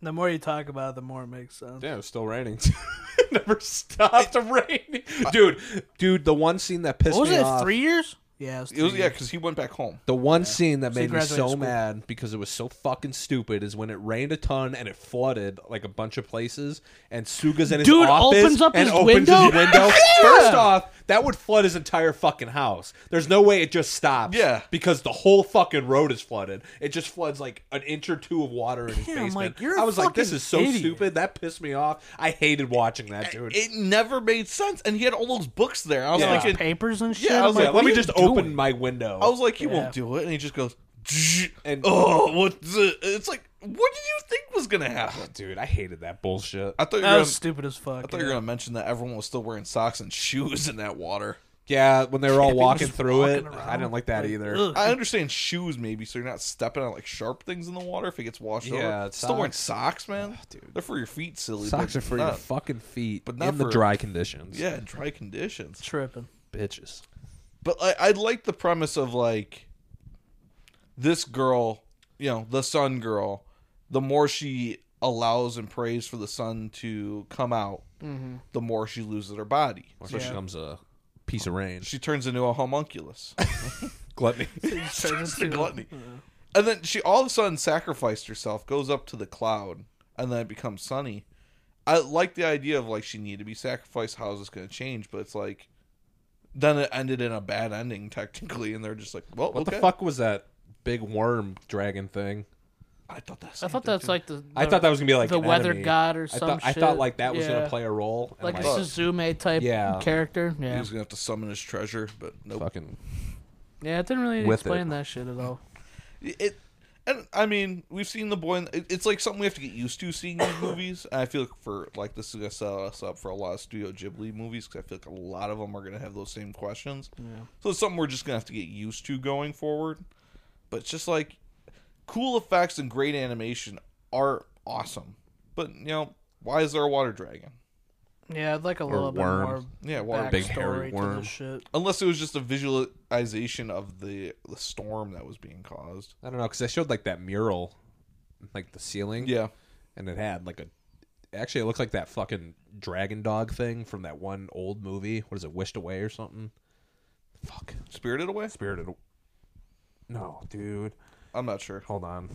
[SPEAKER 4] The more you talk about it, the more it makes sense.
[SPEAKER 3] Yeah, it was still raining. [LAUGHS] it never stopped raining, dude. Dude, the one scene that pissed
[SPEAKER 4] What was
[SPEAKER 3] me
[SPEAKER 4] it?
[SPEAKER 3] off.
[SPEAKER 4] Three years? Yeah, it was.
[SPEAKER 2] It was yeah, because he went back home.
[SPEAKER 3] The one scene that made me
[SPEAKER 4] graduated
[SPEAKER 3] so
[SPEAKER 4] school.
[SPEAKER 3] mad because it was so fucking stupid is when it rained a ton and it flooded like a bunch of places, and Suga's in his
[SPEAKER 4] Dude
[SPEAKER 3] office
[SPEAKER 4] opens up
[SPEAKER 3] and
[SPEAKER 4] his
[SPEAKER 3] opens
[SPEAKER 4] window?
[SPEAKER 3] his
[SPEAKER 4] [LAUGHS]
[SPEAKER 3] window. First off, that would flood his entire fucking house. There's no way it just stops.
[SPEAKER 2] Yeah.
[SPEAKER 3] because the whole fucking road is flooded. It just floods like an inch or two of water in his
[SPEAKER 4] Yeah, I'm
[SPEAKER 3] basement.
[SPEAKER 4] like, you're a
[SPEAKER 3] I was like, this
[SPEAKER 4] fucking
[SPEAKER 3] is so
[SPEAKER 4] idiot.
[SPEAKER 3] stupid. That pissed me off. I hated watching that, dude.
[SPEAKER 2] It never made sense, and he had all those books there. I was
[SPEAKER 3] Yeah.
[SPEAKER 2] like,
[SPEAKER 4] Like papers and shit.
[SPEAKER 2] I
[SPEAKER 4] I'm
[SPEAKER 2] was
[SPEAKER 4] like,
[SPEAKER 2] like,
[SPEAKER 3] Yeah, let
[SPEAKER 2] what
[SPEAKER 3] me
[SPEAKER 2] are you
[SPEAKER 3] just open my window.
[SPEAKER 2] I was like, he
[SPEAKER 4] Yeah.
[SPEAKER 2] won't do it, and he just goes, and
[SPEAKER 3] And-
[SPEAKER 2] oh, what's it? It's like, what did you think was gonna happen?
[SPEAKER 3] dude, I hated that bullshit.
[SPEAKER 2] I thought you were
[SPEAKER 4] that
[SPEAKER 2] gonna
[SPEAKER 4] was stupid as fuck.
[SPEAKER 2] I thought you were gonna mention that everyone was still wearing socks and [LAUGHS] shoes in that water.
[SPEAKER 3] Yeah, when they were all
[SPEAKER 4] Camping,
[SPEAKER 3] walking
[SPEAKER 4] just
[SPEAKER 3] through
[SPEAKER 4] walking
[SPEAKER 3] it,
[SPEAKER 4] around.
[SPEAKER 3] I didn't like that either.
[SPEAKER 4] Ugh.
[SPEAKER 2] I understand shoes maybe, so you're not stepping on like sharp things in the water if it gets washed over.
[SPEAKER 3] Yeah, it's Ah,
[SPEAKER 2] Still wearing socks, man. They're for your feet, silly.
[SPEAKER 3] Socks
[SPEAKER 2] but
[SPEAKER 3] are for your
[SPEAKER 2] not-
[SPEAKER 3] fucking feet,
[SPEAKER 2] but
[SPEAKER 3] but
[SPEAKER 2] not
[SPEAKER 3] not in
[SPEAKER 2] for-
[SPEAKER 3] the dry conditions.
[SPEAKER 2] Yeah, in dry conditions.
[SPEAKER 3] [LAUGHS]
[SPEAKER 4] tripping.
[SPEAKER 3] bitches.
[SPEAKER 2] But I, I like the premise of like this girl, you know, the sun girl. The more she allows and prays for the sun to come out,
[SPEAKER 3] Mm-hmm.
[SPEAKER 2] the more she loses her body.
[SPEAKER 3] Or so she
[SPEAKER 4] Yeah.
[SPEAKER 3] becomes a piece of rain.
[SPEAKER 2] She turns into a homunculus.
[SPEAKER 3] Gluttony.
[SPEAKER 2] She's a gluttony. And then she all of a sudden sacrificed herself, goes up to the cloud, and then it becomes sunny. I like the idea of like she needed to be sacrificed. How's this going to change? But it's like, then it ended in a bad ending technically, and they're just like, well,
[SPEAKER 3] what
[SPEAKER 2] okay.
[SPEAKER 3] the fuck was that big worm dragon thing?
[SPEAKER 2] I thought that's.
[SPEAKER 4] I thought that's like the,
[SPEAKER 3] I thought that was gonna be like
[SPEAKER 4] the
[SPEAKER 3] an
[SPEAKER 4] weather
[SPEAKER 3] enemy.
[SPEAKER 4] god or
[SPEAKER 3] I
[SPEAKER 4] some
[SPEAKER 3] thought, I
[SPEAKER 4] shit.
[SPEAKER 3] thought like that was
[SPEAKER 4] Yeah.
[SPEAKER 3] gonna play a role. and,
[SPEAKER 4] like a
[SPEAKER 3] like,
[SPEAKER 4] Suzume type
[SPEAKER 3] Yeah.
[SPEAKER 4] character.
[SPEAKER 2] he
[SPEAKER 4] Yeah,
[SPEAKER 2] was gonna have to summon his treasure, but nope.
[SPEAKER 3] fucking
[SPEAKER 4] yeah. It didn't really
[SPEAKER 3] With
[SPEAKER 4] explain
[SPEAKER 3] it.
[SPEAKER 4] that shit at all.
[SPEAKER 2] It, and I mean, we've seen the boy. In, it- it's like something we have to get used to seeing these movies. And I feel like for like this is gonna set us up for a lot of Studio Ghibli movies because I feel like a lot of them are gonna have those same questions. So it's something we're just gonna have to get used to going forward. But it's just like cool effects and great animation are awesome. But you know, why is there a water dragon?
[SPEAKER 4] Yeah, I'd like a little
[SPEAKER 3] worm.
[SPEAKER 4] bit more
[SPEAKER 2] Yeah, water
[SPEAKER 3] Big hairy
[SPEAKER 4] backstory to
[SPEAKER 3] worm.
[SPEAKER 4] this shit.
[SPEAKER 2] Unless it was just a visualization of the the storm that was being caused.
[SPEAKER 3] I don't know because I showed like that mural, like the ceiling.
[SPEAKER 2] Yeah.
[SPEAKER 3] and it had like a. Actually, it looked like that fucking dragon dog thing from that one old movie. What is it, Wished Away or something? Fuck,
[SPEAKER 2] Spirited away?
[SPEAKER 3] Spirited. Aw- No, dude.
[SPEAKER 2] I'm not sure.
[SPEAKER 3] Hold on.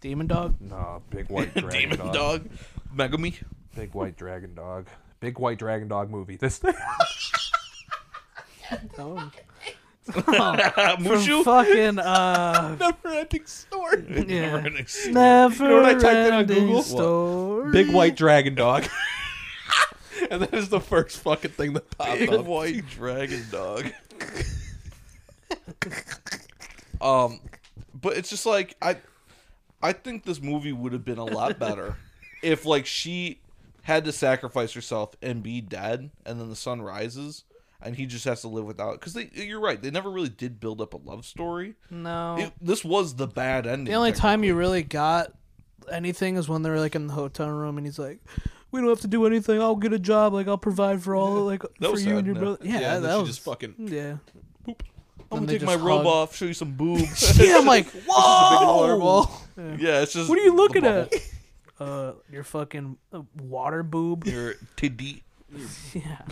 [SPEAKER 4] Demon dog.
[SPEAKER 3] No,
[SPEAKER 2] [LAUGHS]
[SPEAKER 3] big white dragon
[SPEAKER 2] Demon
[SPEAKER 3] dog.
[SPEAKER 2] dog.
[SPEAKER 4] [LAUGHS]
[SPEAKER 2] Megami.
[SPEAKER 3] Big white dragon dog. Big white dragon dog movie. [LAUGHS] This
[SPEAKER 4] Oh.
[SPEAKER 2] [LAUGHS] Mushu.
[SPEAKER 3] [LAUGHS]
[SPEAKER 4] fucking uh,
[SPEAKER 3] never
[SPEAKER 2] [LAUGHS]
[SPEAKER 3] ending story.
[SPEAKER 4] yeah.
[SPEAKER 2] Never-ending story.
[SPEAKER 4] Never
[SPEAKER 3] know what I typed in on
[SPEAKER 4] ending
[SPEAKER 3] Google? What?
[SPEAKER 4] Story.
[SPEAKER 3] Big white dragon dog. [LAUGHS] and that is the first fucking thing that popped
[SPEAKER 2] Big
[SPEAKER 3] up.
[SPEAKER 2] white dragon dog. [LAUGHS] um, but it's just like I, I think this movie would have been a lot
[SPEAKER 4] [LAUGHS]
[SPEAKER 2] better if like she had to sacrifice herself and be dead, and then the sun rises. And he just has to live without because they. You're right. They never really did build up a love story.
[SPEAKER 4] No.
[SPEAKER 2] It- this was the bad ending.
[SPEAKER 4] the only time you really got anything is when they were like in the hotel room, and he's like, "We don't have to do anything. I'll get a job. Like I'll provide for all. Like for
[SPEAKER 2] was
[SPEAKER 4] you
[SPEAKER 2] sad,
[SPEAKER 4] and your
[SPEAKER 2] no.
[SPEAKER 4] brother." Yeah,
[SPEAKER 3] and then
[SPEAKER 4] that
[SPEAKER 3] she
[SPEAKER 4] was
[SPEAKER 3] just fucking [LAUGHS]
[SPEAKER 4] yeah. [LAUGHS]
[SPEAKER 2] I'm gonna
[SPEAKER 4] they
[SPEAKER 2] take my
[SPEAKER 4] just
[SPEAKER 2] robe
[SPEAKER 4] hug.
[SPEAKER 2] off, show you some
[SPEAKER 4] [LAUGHS]
[SPEAKER 2] boobs.
[SPEAKER 4] Yeah, I'm like, whoa.
[SPEAKER 3] waterball.
[SPEAKER 2] Yeah, it's just.
[SPEAKER 4] What are you
[SPEAKER 2] the
[SPEAKER 4] looking
[SPEAKER 2] bubble.
[SPEAKER 4] at? Uh, your fucking uh, water boob.
[SPEAKER 2] Your titty.
[SPEAKER 4] [LAUGHS] Yeah.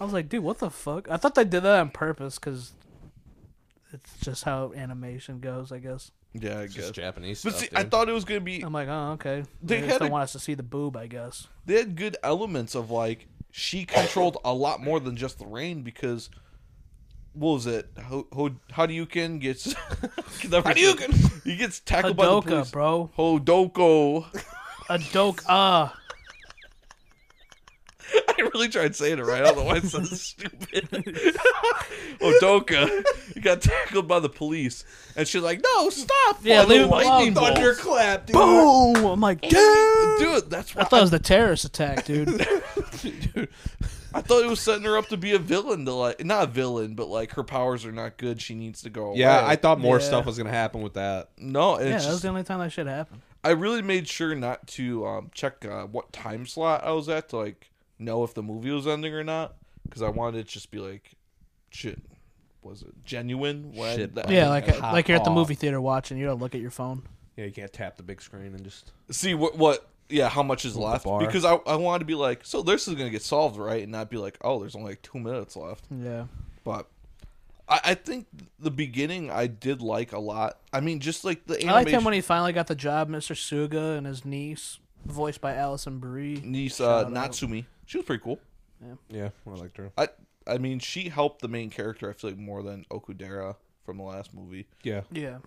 [SPEAKER 4] I was like, dude, what the fuck? I thought they did that on purpose because it's just how animation goes, I guess.
[SPEAKER 2] Yeah, I guess.
[SPEAKER 3] Just Japanese
[SPEAKER 2] But
[SPEAKER 3] stuff,
[SPEAKER 2] see, I
[SPEAKER 3] dude.
[SPEAKER 2] thought it was gonna be.
[SPEAKER 4] I'm like, oh, okay.
[SPEAKER 2] They
[SPEAKER 4] They, just
[SPEAKER 2] had
[SPEAKER 4] don't
[SPEAKER 2] a-
[SPEAKER 4] want us to see the boob, I guess.
[SPEAKER 2] They had good elements of like she controlled a lot more than just the rain because. What was it? Ho- Ho- Hadouken gets. [LAUGHS] Hadouken! He gets tackled by the police.
[SPEAKER 4] Adoka, bro.
[SPEAKER 2] Hodoko. [LAUGHS]
[SPEAKER 4] Adoka. ah.
[SPEAKER 2] I really tried saying it right. I don't know why it [LAUGHS] sounds stupid. Odoka he got tackled by the police, and she's like, "No, stop!"
[SPEAKER 4] Yeah,
[SPEAKER 2] Why the
[SPEAKER 4] leave him alone.
[SPEAKER 2] lightning bolts?"
[SPEAKER 3] Thunderclap, dude.
[SPEAKER 4] Boom! I'm like, dude.
[SPEAKER 2] Dude, that's
[SPEAKER 4] I
[SPEAKER 2] what
[SPEAKER 4] thought it was the terrorist attack, dude.
[SPEAKER 2] I thought it was setting her up to be a villain to like not a villain, but like her powers are not good. She needs to go.
[SPEAKER 3] Yeah,
[SPEAKER 2] away.
[SPEAKER 3] I thought more
[SPEAKER 4] Yeah.
[SPEAKER 3] stuff was gonna happen with that.
[SPEAKER 2] no. And
[SPEAKER 4] yeah,
[SPEAKER 2] it's
[SPEAKER 4] that was
[SPEAKER 2] just,
[SPEAKER 4] the only time that shit happened.
[SPEAKER 2] I really made sure not to um, check uh, what time slot I was at to like know if the movie was ending or not because I wanted it to just be like, shit, was it genuine? When
[SPEAKER 3] Shit,
[SPEAKER 2] that-
[SPEAKER 3] I
[SPEAKER 4] Yeah,
[SPEAKER 3] mean,
[SPEAKER 4] like uh,
[SPEAKER 3] it's hot
[SPEAKER 4] like you're at the
[SPEAKER 3] off.
[SPEAKER 4] movie theater watching, you don't look at your phone.
[SPEAKER 3] Yeah, you can't tap the big screen and just
[SPEAKER 2] see what what yeah how much is left
[SPEAKER 3] bar.
[SPEAKER 2] because I I wanted to be like so this is gonna get solved right and not be like oh there's only like two minutes left.
[SPEAKER 4] Yeah.
[SPEAKER 2] But I, I think the beginning I did like a lot. I mean, just like the animation.
[SPEAKER 4] I liked him when he finally got the job, Mr. Suga and his niece, voiced by Allison Brie.
[SPEAKER 2] niece uh,
[SPEAKER 4] Shout out.
[SPEAKER 2] Natsumi. She was pretty cool.
[SPEAKER 3] Yeah, I liked her.
[SPEAKER 2] I I mean, she helped the main character. I feel like more than Okudera from the last movie.
[SPEAKER 3] Yeah.
[SPEAKER 4] Yeah.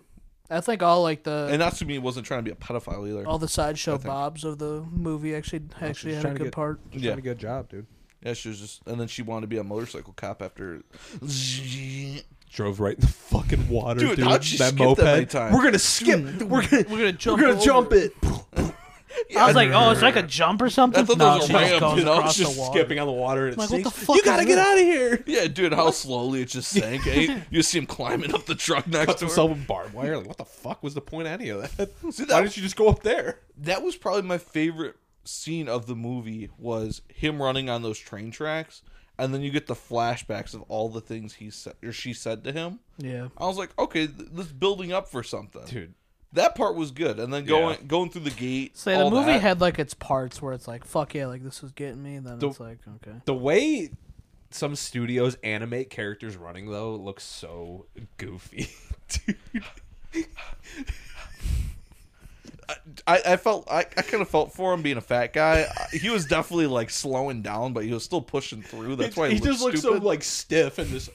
[SPEAKER 4] I think all like the
[SPEAKER 2] And Natsumi wasn't trying to be a pedophile either.
[SPEAKER 4] all the sideshow bobs of the movie actually actually had a
[SPEAKER 3] trying to
[SPEAKER 4] good
[SPEAKER 3] get-
[SPEAKER 4] part.
[SPEAKER 3] She's
[SPEAKER 2] Yeah.
[SPEAKER 3] done a good job, dude.
[SPEAKER 2] Yeah, she was just, and then she wanted to be a motorcycle cop after. [LAUGHS]
[SPEAKER 3] Drove right in the fucking water,
[SPEAKER 2] Dude,
[SPEAKER 3] dude.
[SPEAKER 2] how'd she
[SPEAKER 3] that
[SPEAKER 2] skip that
[SPEAKER 3] moped.
[SPEAKER 2] many times?
[SPEAKER 3] We're gonna skip. We're gonna.
[SPEAKER 4] We're gonna jump.
[SPEAKER 3] We're gonna
[SPEAKER 4] over.
[SPEAKER 3] jump it.
[SPEAKER 4] I was like, oh, is it like a jump or something?
[SPEAKER 2] I thought
[SPEAKER 4] no,
[SPEAKER 2] those
[SPEAKER 4] she
[SPEAKER 2] were
[SPEAKER 4] just
[SPEAKER 2] ramps,
[SPEAKER 4] goes
[SPEAKER 2] you know,
[SPEAKER 4] across
[SPEAKER 3] just
[SPEAKER 4] the water.
[SPEAKER 3] skipping on the water and it
[SPEAKER 4] Like, what
[SPEAKER 3] sinks.
[SPEAKER 4] the fuck
[SPEAKER 3] you
[SPEAKER 4] is
[SPEAKER 3] gotta get
[SPEAKER 4] this?
[SPEAKER 3] out of [LAUGHS] here.
[SPEAKER 2] Yeah, dude, how slowly it just sank.
[SPEAKER 4] [LAUGHS]
[SPEAKER 2] eh? you see him climbing up the truck next
[SPEAKER 3] Cuts
[SPEAKER 2] to her.
[SPEAKER 3] himself with barbed wire. Like, what the fuck was the point of any of [LAUGHS] that?
[SPEAKER 2] that-
[SPEAKER 3] Why didn't you just go up there?
[SPEAKER 2] that was probably my favorite scene of the movie was him running on those train tracks and then you get the flashbacks of all the things he said or she said to him
[SPEAKER 4] Yeah.
[SPEAKER 2] i was like okay th- this is building up for something
[SPEAKER 3] Dude.
[SPEAKER 2] that part was good and then going going through the gate
[SPEAKER 4] Say
[SPEAKER 2] all
[SPEAKER 4] the movie
[SPEAKER 2] that.
[SPEAKER 4] had like its parts where it's like, fuck yeah, like this was getting me. Then it's like, okay.
[SPEAKER 3] The way some studios animate characters running though looks so goofy. [LAUGHS] Dude.
[SPEAKER 2] I, I felt i, I kind of felt for him being a fat guy I- he was definitely like slowing down but he was still pushing through that's why
[SPEAKER 3] he,
[SPEAKER 2] he,
[SPEAKER 3] just looks so
[SPEAKER 2] stupid.
[SPEAKER 3] like stiff and just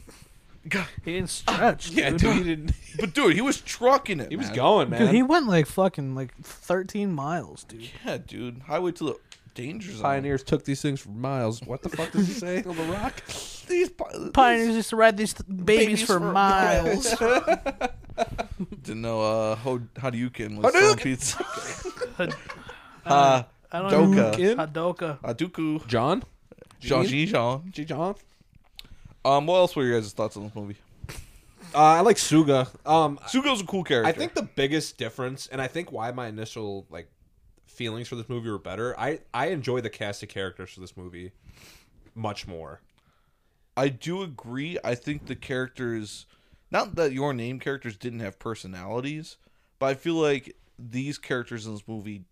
[SPEAKER 4] He didn't stretch.
[SPEAKER 3] [LAUGHS] yeah,
[SPEAKER 4] Ah, dude.
[SPEAKER 3] dude. he didn't.
[SPEAKER 2] but dude he was trucking it
[SPEAKER 3] He was
[SPEAKER 2] man.
[SPEAKER 3] going, man.
[SPEAKER 4] Dude, he went like fucking like 13 miles, dude.
[SPEAKER 2] yeah dude highway to the danger zone
[SPEAKER 3] Pioneers took these things for miles. What the fuck does he
[SPEAKER 2] [LAUGHS]
[SPEAKER 3] say on the rock?
[SPEAKER 2] these pi-
[SPEAKER 4] Pioneers used to ride these th- babies, for, miles.
[SPEAKER 2] [LAUGHS] Didn't know uh, how Hadouken was selling pizza. [LAUGHS]
[SPEAKER 4] [LAUGHS] I don't
[SPEAKER 2] Doka.
[SPEAKER 4] even- Uh, Hadoka.
[SPEAKER 2] Hadouken.
[SPEAKER 3] John,
[SPEAKER 2] Jean
[SPEAKER 3] Jean?
[SPEAKER 2] Jean Jean.
[SPEAKER 3] G. John.
[SPEAKER 2] Um, what else were your guys' thoughts on this movie?
[SPEAKER 3] Uh, I like Suga. Um,
[SPEAKER 2] Sugo's a cool character.
[SPEAKER 3] I think the biggest difference, and I think why my initial like feelings for this movie were better. I I enjoy the cast of characters for this movie much more.
[SPEAKER 2] I do agree. I think the characters, not that your name characters didn't have personalities, but I feel like these characters in this movie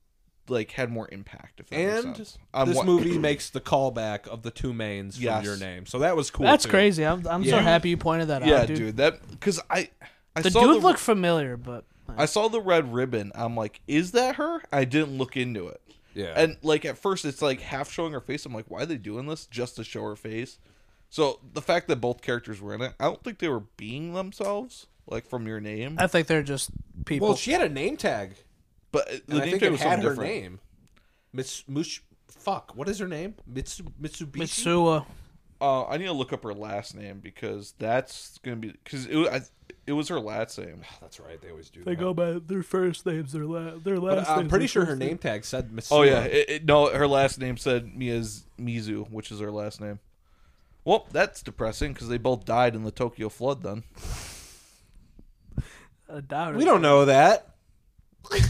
[SPEAKER 2] like had more impact. If that
[SPEAKER 3] And
[SPEAKER 2] makes sense. On
[SPEAKER 3] this
[SPEAKER 2] what-
[SPEAKER 3] movie [COUGHS] makes the callback of the two mains from
[SPEAKER 2] Yes.
[SPEAKER 3] your name, so that was cool.
[SPEAKER 4] That's
[SPEAKER 3] too.
[SPEAKER 4] crazy. I'm, I'm so
[SPEAKER 3] Yeah.
[SPEAKER 4] happy you pointed that
[SPEAKER 2] yeah,
[SPEAKER 4] out, dude.
[SPEAKER 2] dude. That because I, I
[SPEAKER 4] The
[SPEAKER 2] saw
[SPEAKER 4] dude
[SPEAKER 2] the,
[SPEAKER 4] looked familiar, but
[SPEAKER 2] I saw the red ribbon. I'm like, is that her? I didn't look into it.
[SPEAKER 3] Yeah,
[SPEAKER 2] And like at first, it's like half showing her face. I'm like, why are they doing this just to show her face? So the fact that both characters were in it, I don't think they were being themselves, like from your name.
[SPEAKER 4] I think they're just people.
[SPEAKER 3] well, she had a name tag.
[SPEAKER 2] but the
[SPEAKER 3] And I
[SPEAKER 2] name
[SPEAKER 3] think
[SPEAKER 2] tag
[SPEAKER 3] it
[SPEAKER 2] was
[SPEAKER 3] had
[SPEAKER 2] something
[SPEAKER 3] her
[SPEAKER 2] different.
[SPEAKER 3] name. Miss Mush. Fuck. What is her name? Mitsu, Mitsubishi.
[SPEAKER 4] Mitsua.
[SPEAKER 2] Uh, I need to look up her last name because that's gonna be because it, wa- I- it was her last name.
[SPEAKER 3] That's right. They always do.
[SPEAKER 4] They
[SPEAKER 3] that.
[SPEAKER 4] go by their first names, their, la- their last
[SPEAKER 3] But I'm
[SPEAKER 4] names,
[SPEAKER 3] pretty
[SPEAKER 4] their
[SPEAKER 3] sure her
[SPEAKER 4] first
[SPEAKER 3] name tag said Mitsubishi.
[SPEAKER 2] Oh yeah, it, it- no, her last name said Mia's Mizu, which is her last name. Well, that's depressing because they both died in the Tokyo flood. Then
[SPEAKER 4] name. I doubt it.
[SPEAKER 3] We don't know that.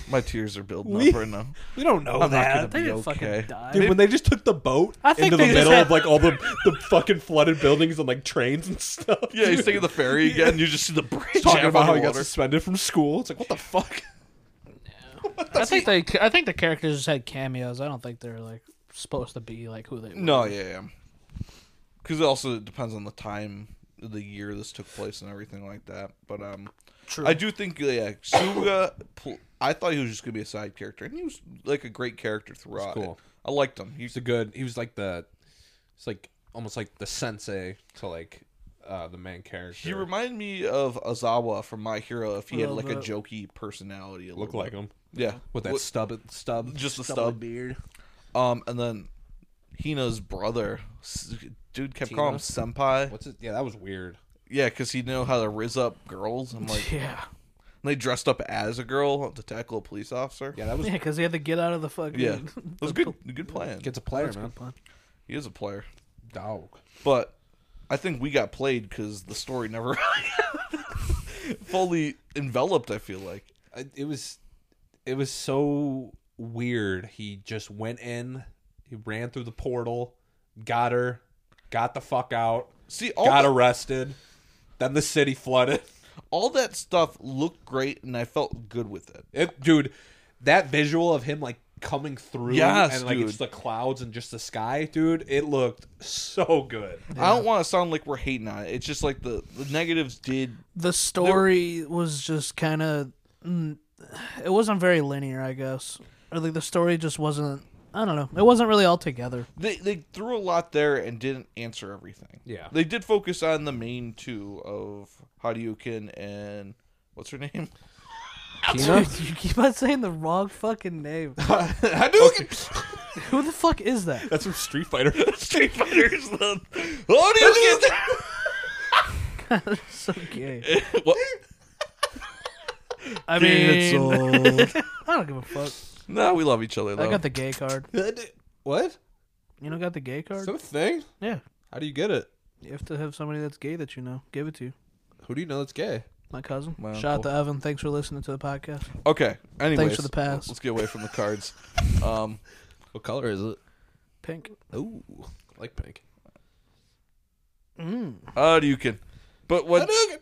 [SPEAKER 2] my tears are building
[SPEAKER 3] We-
[SPEAKER 2] up right now.
[SPEAKER 3] We don't know
[SPEAKER 2] I'm not
[SPEAKER 3] that.
[SPEAKER 2] gonna
[SPEAKER 4] They
[SPEAKER 2] be
[SPEAKER 4] didn't
[SPEAKER 2] okay.
[SPEAKER 4] fucking die.
[SPEAKER 3] Dude, when they just took the boat
[SPEAKER 4] I think
[SPEAKER 3] into the
[SPEAKER 4] they just
[SPEAKER 3] middle
[SPEAKER 4] had-
[SPEAKER 3] of like all the, the fucking flooded buildings and like trains and stuff.
[SPEAKER 2] [LAUGHS] [LAUGHS] Yeah, he's
[SPEAKER 3] dude.
[SPEAKER 2] taking the ferry again. You just see the bridge
[SPEAKER 3] talking
[SPEAKER 2] half
[SPEAKER 3] about how he got
[SPEAKER 2] underwater.
[SPEAKER 3] suspended from school. It's like what the fuck?
[SPEAKER 4] I think they. I think the characters just had cameos. I don't think they're like supposed to be like who they. Were.
[SPEAKER 2] No, yeah, yeah. Because it also depends on the time, of the year this took place, and everything like that. But um,
[SPEAKER 4] True.
[SPEAKER 2] I do think yeah, Suga. pl- I thought he was just gonna be a side character, and he was like a great character throughout.
[SPEAKER 3] cool.
[SPEAKER 2] I liked him. He,
[SPEAKER 3] He's a good. He was like the. It's like almost like the sensei to like uh, the main character.
[SPEAKER 2] he reminded me of Azawa from My Hero if he had
[SPEAKER 4] Little
[SPEAKER 2] like a
[SPEAKER 4] bit.
[SPEAKER 2] jokey personality. A
[SPEAKER 3] look
[SPEAKER 2] little
[SPEAKER 3] like him
[SPEAKER 2] bit. yeah,
[SPEAKER 3] with that
[SPEAKER 2] Look-
[SPEAKER 3] stub stub
[SPEAKER 2] just a
[SPEAKER 3] stubbly
[SPEAKER 2] stub.
[SPEAKER 3] beard.
[SPEAKER 2] Um, and then Hina's brother, S- dude, kept calling him senpai.
[SPEAKER 3] What's it? Yeah, that was weird.
[SPEAKER 2] Yeah, because he knew how to riz up girls. I'm like,
[SPEAKER 4] [LAUGHS] Yeah.
[SPEAKER 2] And they dressed up as a girl to tackle a police officer.
[SPEAKER 3] Yeah, that was
[SPEAKER 4] Yeah, because they had to get out of the fucking. [LAUGHS]
[SPEAKER 2] Yeah. It was a good good plan.
[SPEAKER 3] [LAUGHS] gets a player man.
[SPEAKER 2] He is a player.
[SPEAKER 3] Dog.
[SPEAKER 2] But I think we got played because the story never [LAUGHS] really fully enveloped, I feel like.
[SPEAKER 3] I- it was it was so weird. He just went in, he ran through the portal, got her, got the fuck out,
[SPEAKER 2] See, all,
[SPEAKER 3] got
[SPEAKER 2] that,
[SPEAKER 3] arrested. Then the city flooded.
[SPEAKER 2] all that stuff looked great and I felt good with it.
[SPEAKER 3] It, dude, that visual of him like coming through
[SPEAKER 2] Yes,
[SPEAKER 3] and like it's the
[SPEAKER 2] dude.
[SPEAKER 3] clouds and just the sky, dude, it looked so good.
[SPEAKER 2] I don't want to sound like we're hating on it. It's just like the, the negatives did.
[SPEAKER 4] The story was just kind of. Mm, it wasn't very linear, I guess. Or like the story just wasn't. I don't know. It wasn't really all together.
[SPEAKER 2] They, they threw a lot there and didn't answer everything.
[SPEAKER 3] Yeah.
[SPEAKER 2] They did focus on the main two of Haryukin and. What's her name? [LAUGHS]
[SPEAKER 4] Dude, [LAUGHS] you keep on saying the wrong
[SPEAKER 3] [LAUGHS]
[SPEAKER 4] fucking name. Who the fuck is that?
[SPEAKER 3] That's from [LAUGHS] Street Fighter.
[SPEAKER 2] Street Fighter is the Haryukin.
[SPEAKER 4] so gay.
[SPEAKER 2] [LAUGHS] What?
[SPEAKER 4] I mean, I don't give a fuck.
[SPEAKER 2] [LAUGHS] No, we love each other though.
[SPEAKER 4] I got the gay card.
[SPEAKER 3] What?
[SPEAKER 4] You know, got the gay card.
[SPEAKER 3] Is that a thing?
[SPEAKER 4] yeah,
[SPEAKER 3] How do you get it?
[SPEAKER 4] you have to have somebody that's gay that you know. Give it to you.
[SPEAKER 3] Who do you know that's gay?
[SPEAKER 4] My cousin.
[SPEAKER 2] My
[SPEAKER 4] Shout out
[SPEAKER 2] uncle.
[SPEAKER 4] to Evan. Thanks for listening to the podcast.
[SPEAKER 2] okay. Anyways,
[SPEAKER 4] for the pass.
[SPEAKER 2] Let's get away from the cards. um,
[SPEAKER 3] What color is it?
[SPEAKER 4] Pink.
[SPEAKER 3] Ooh, I like pink.
[SPEAKER 2] Hadouken. But what
[SPEAKER 3] Hadouken.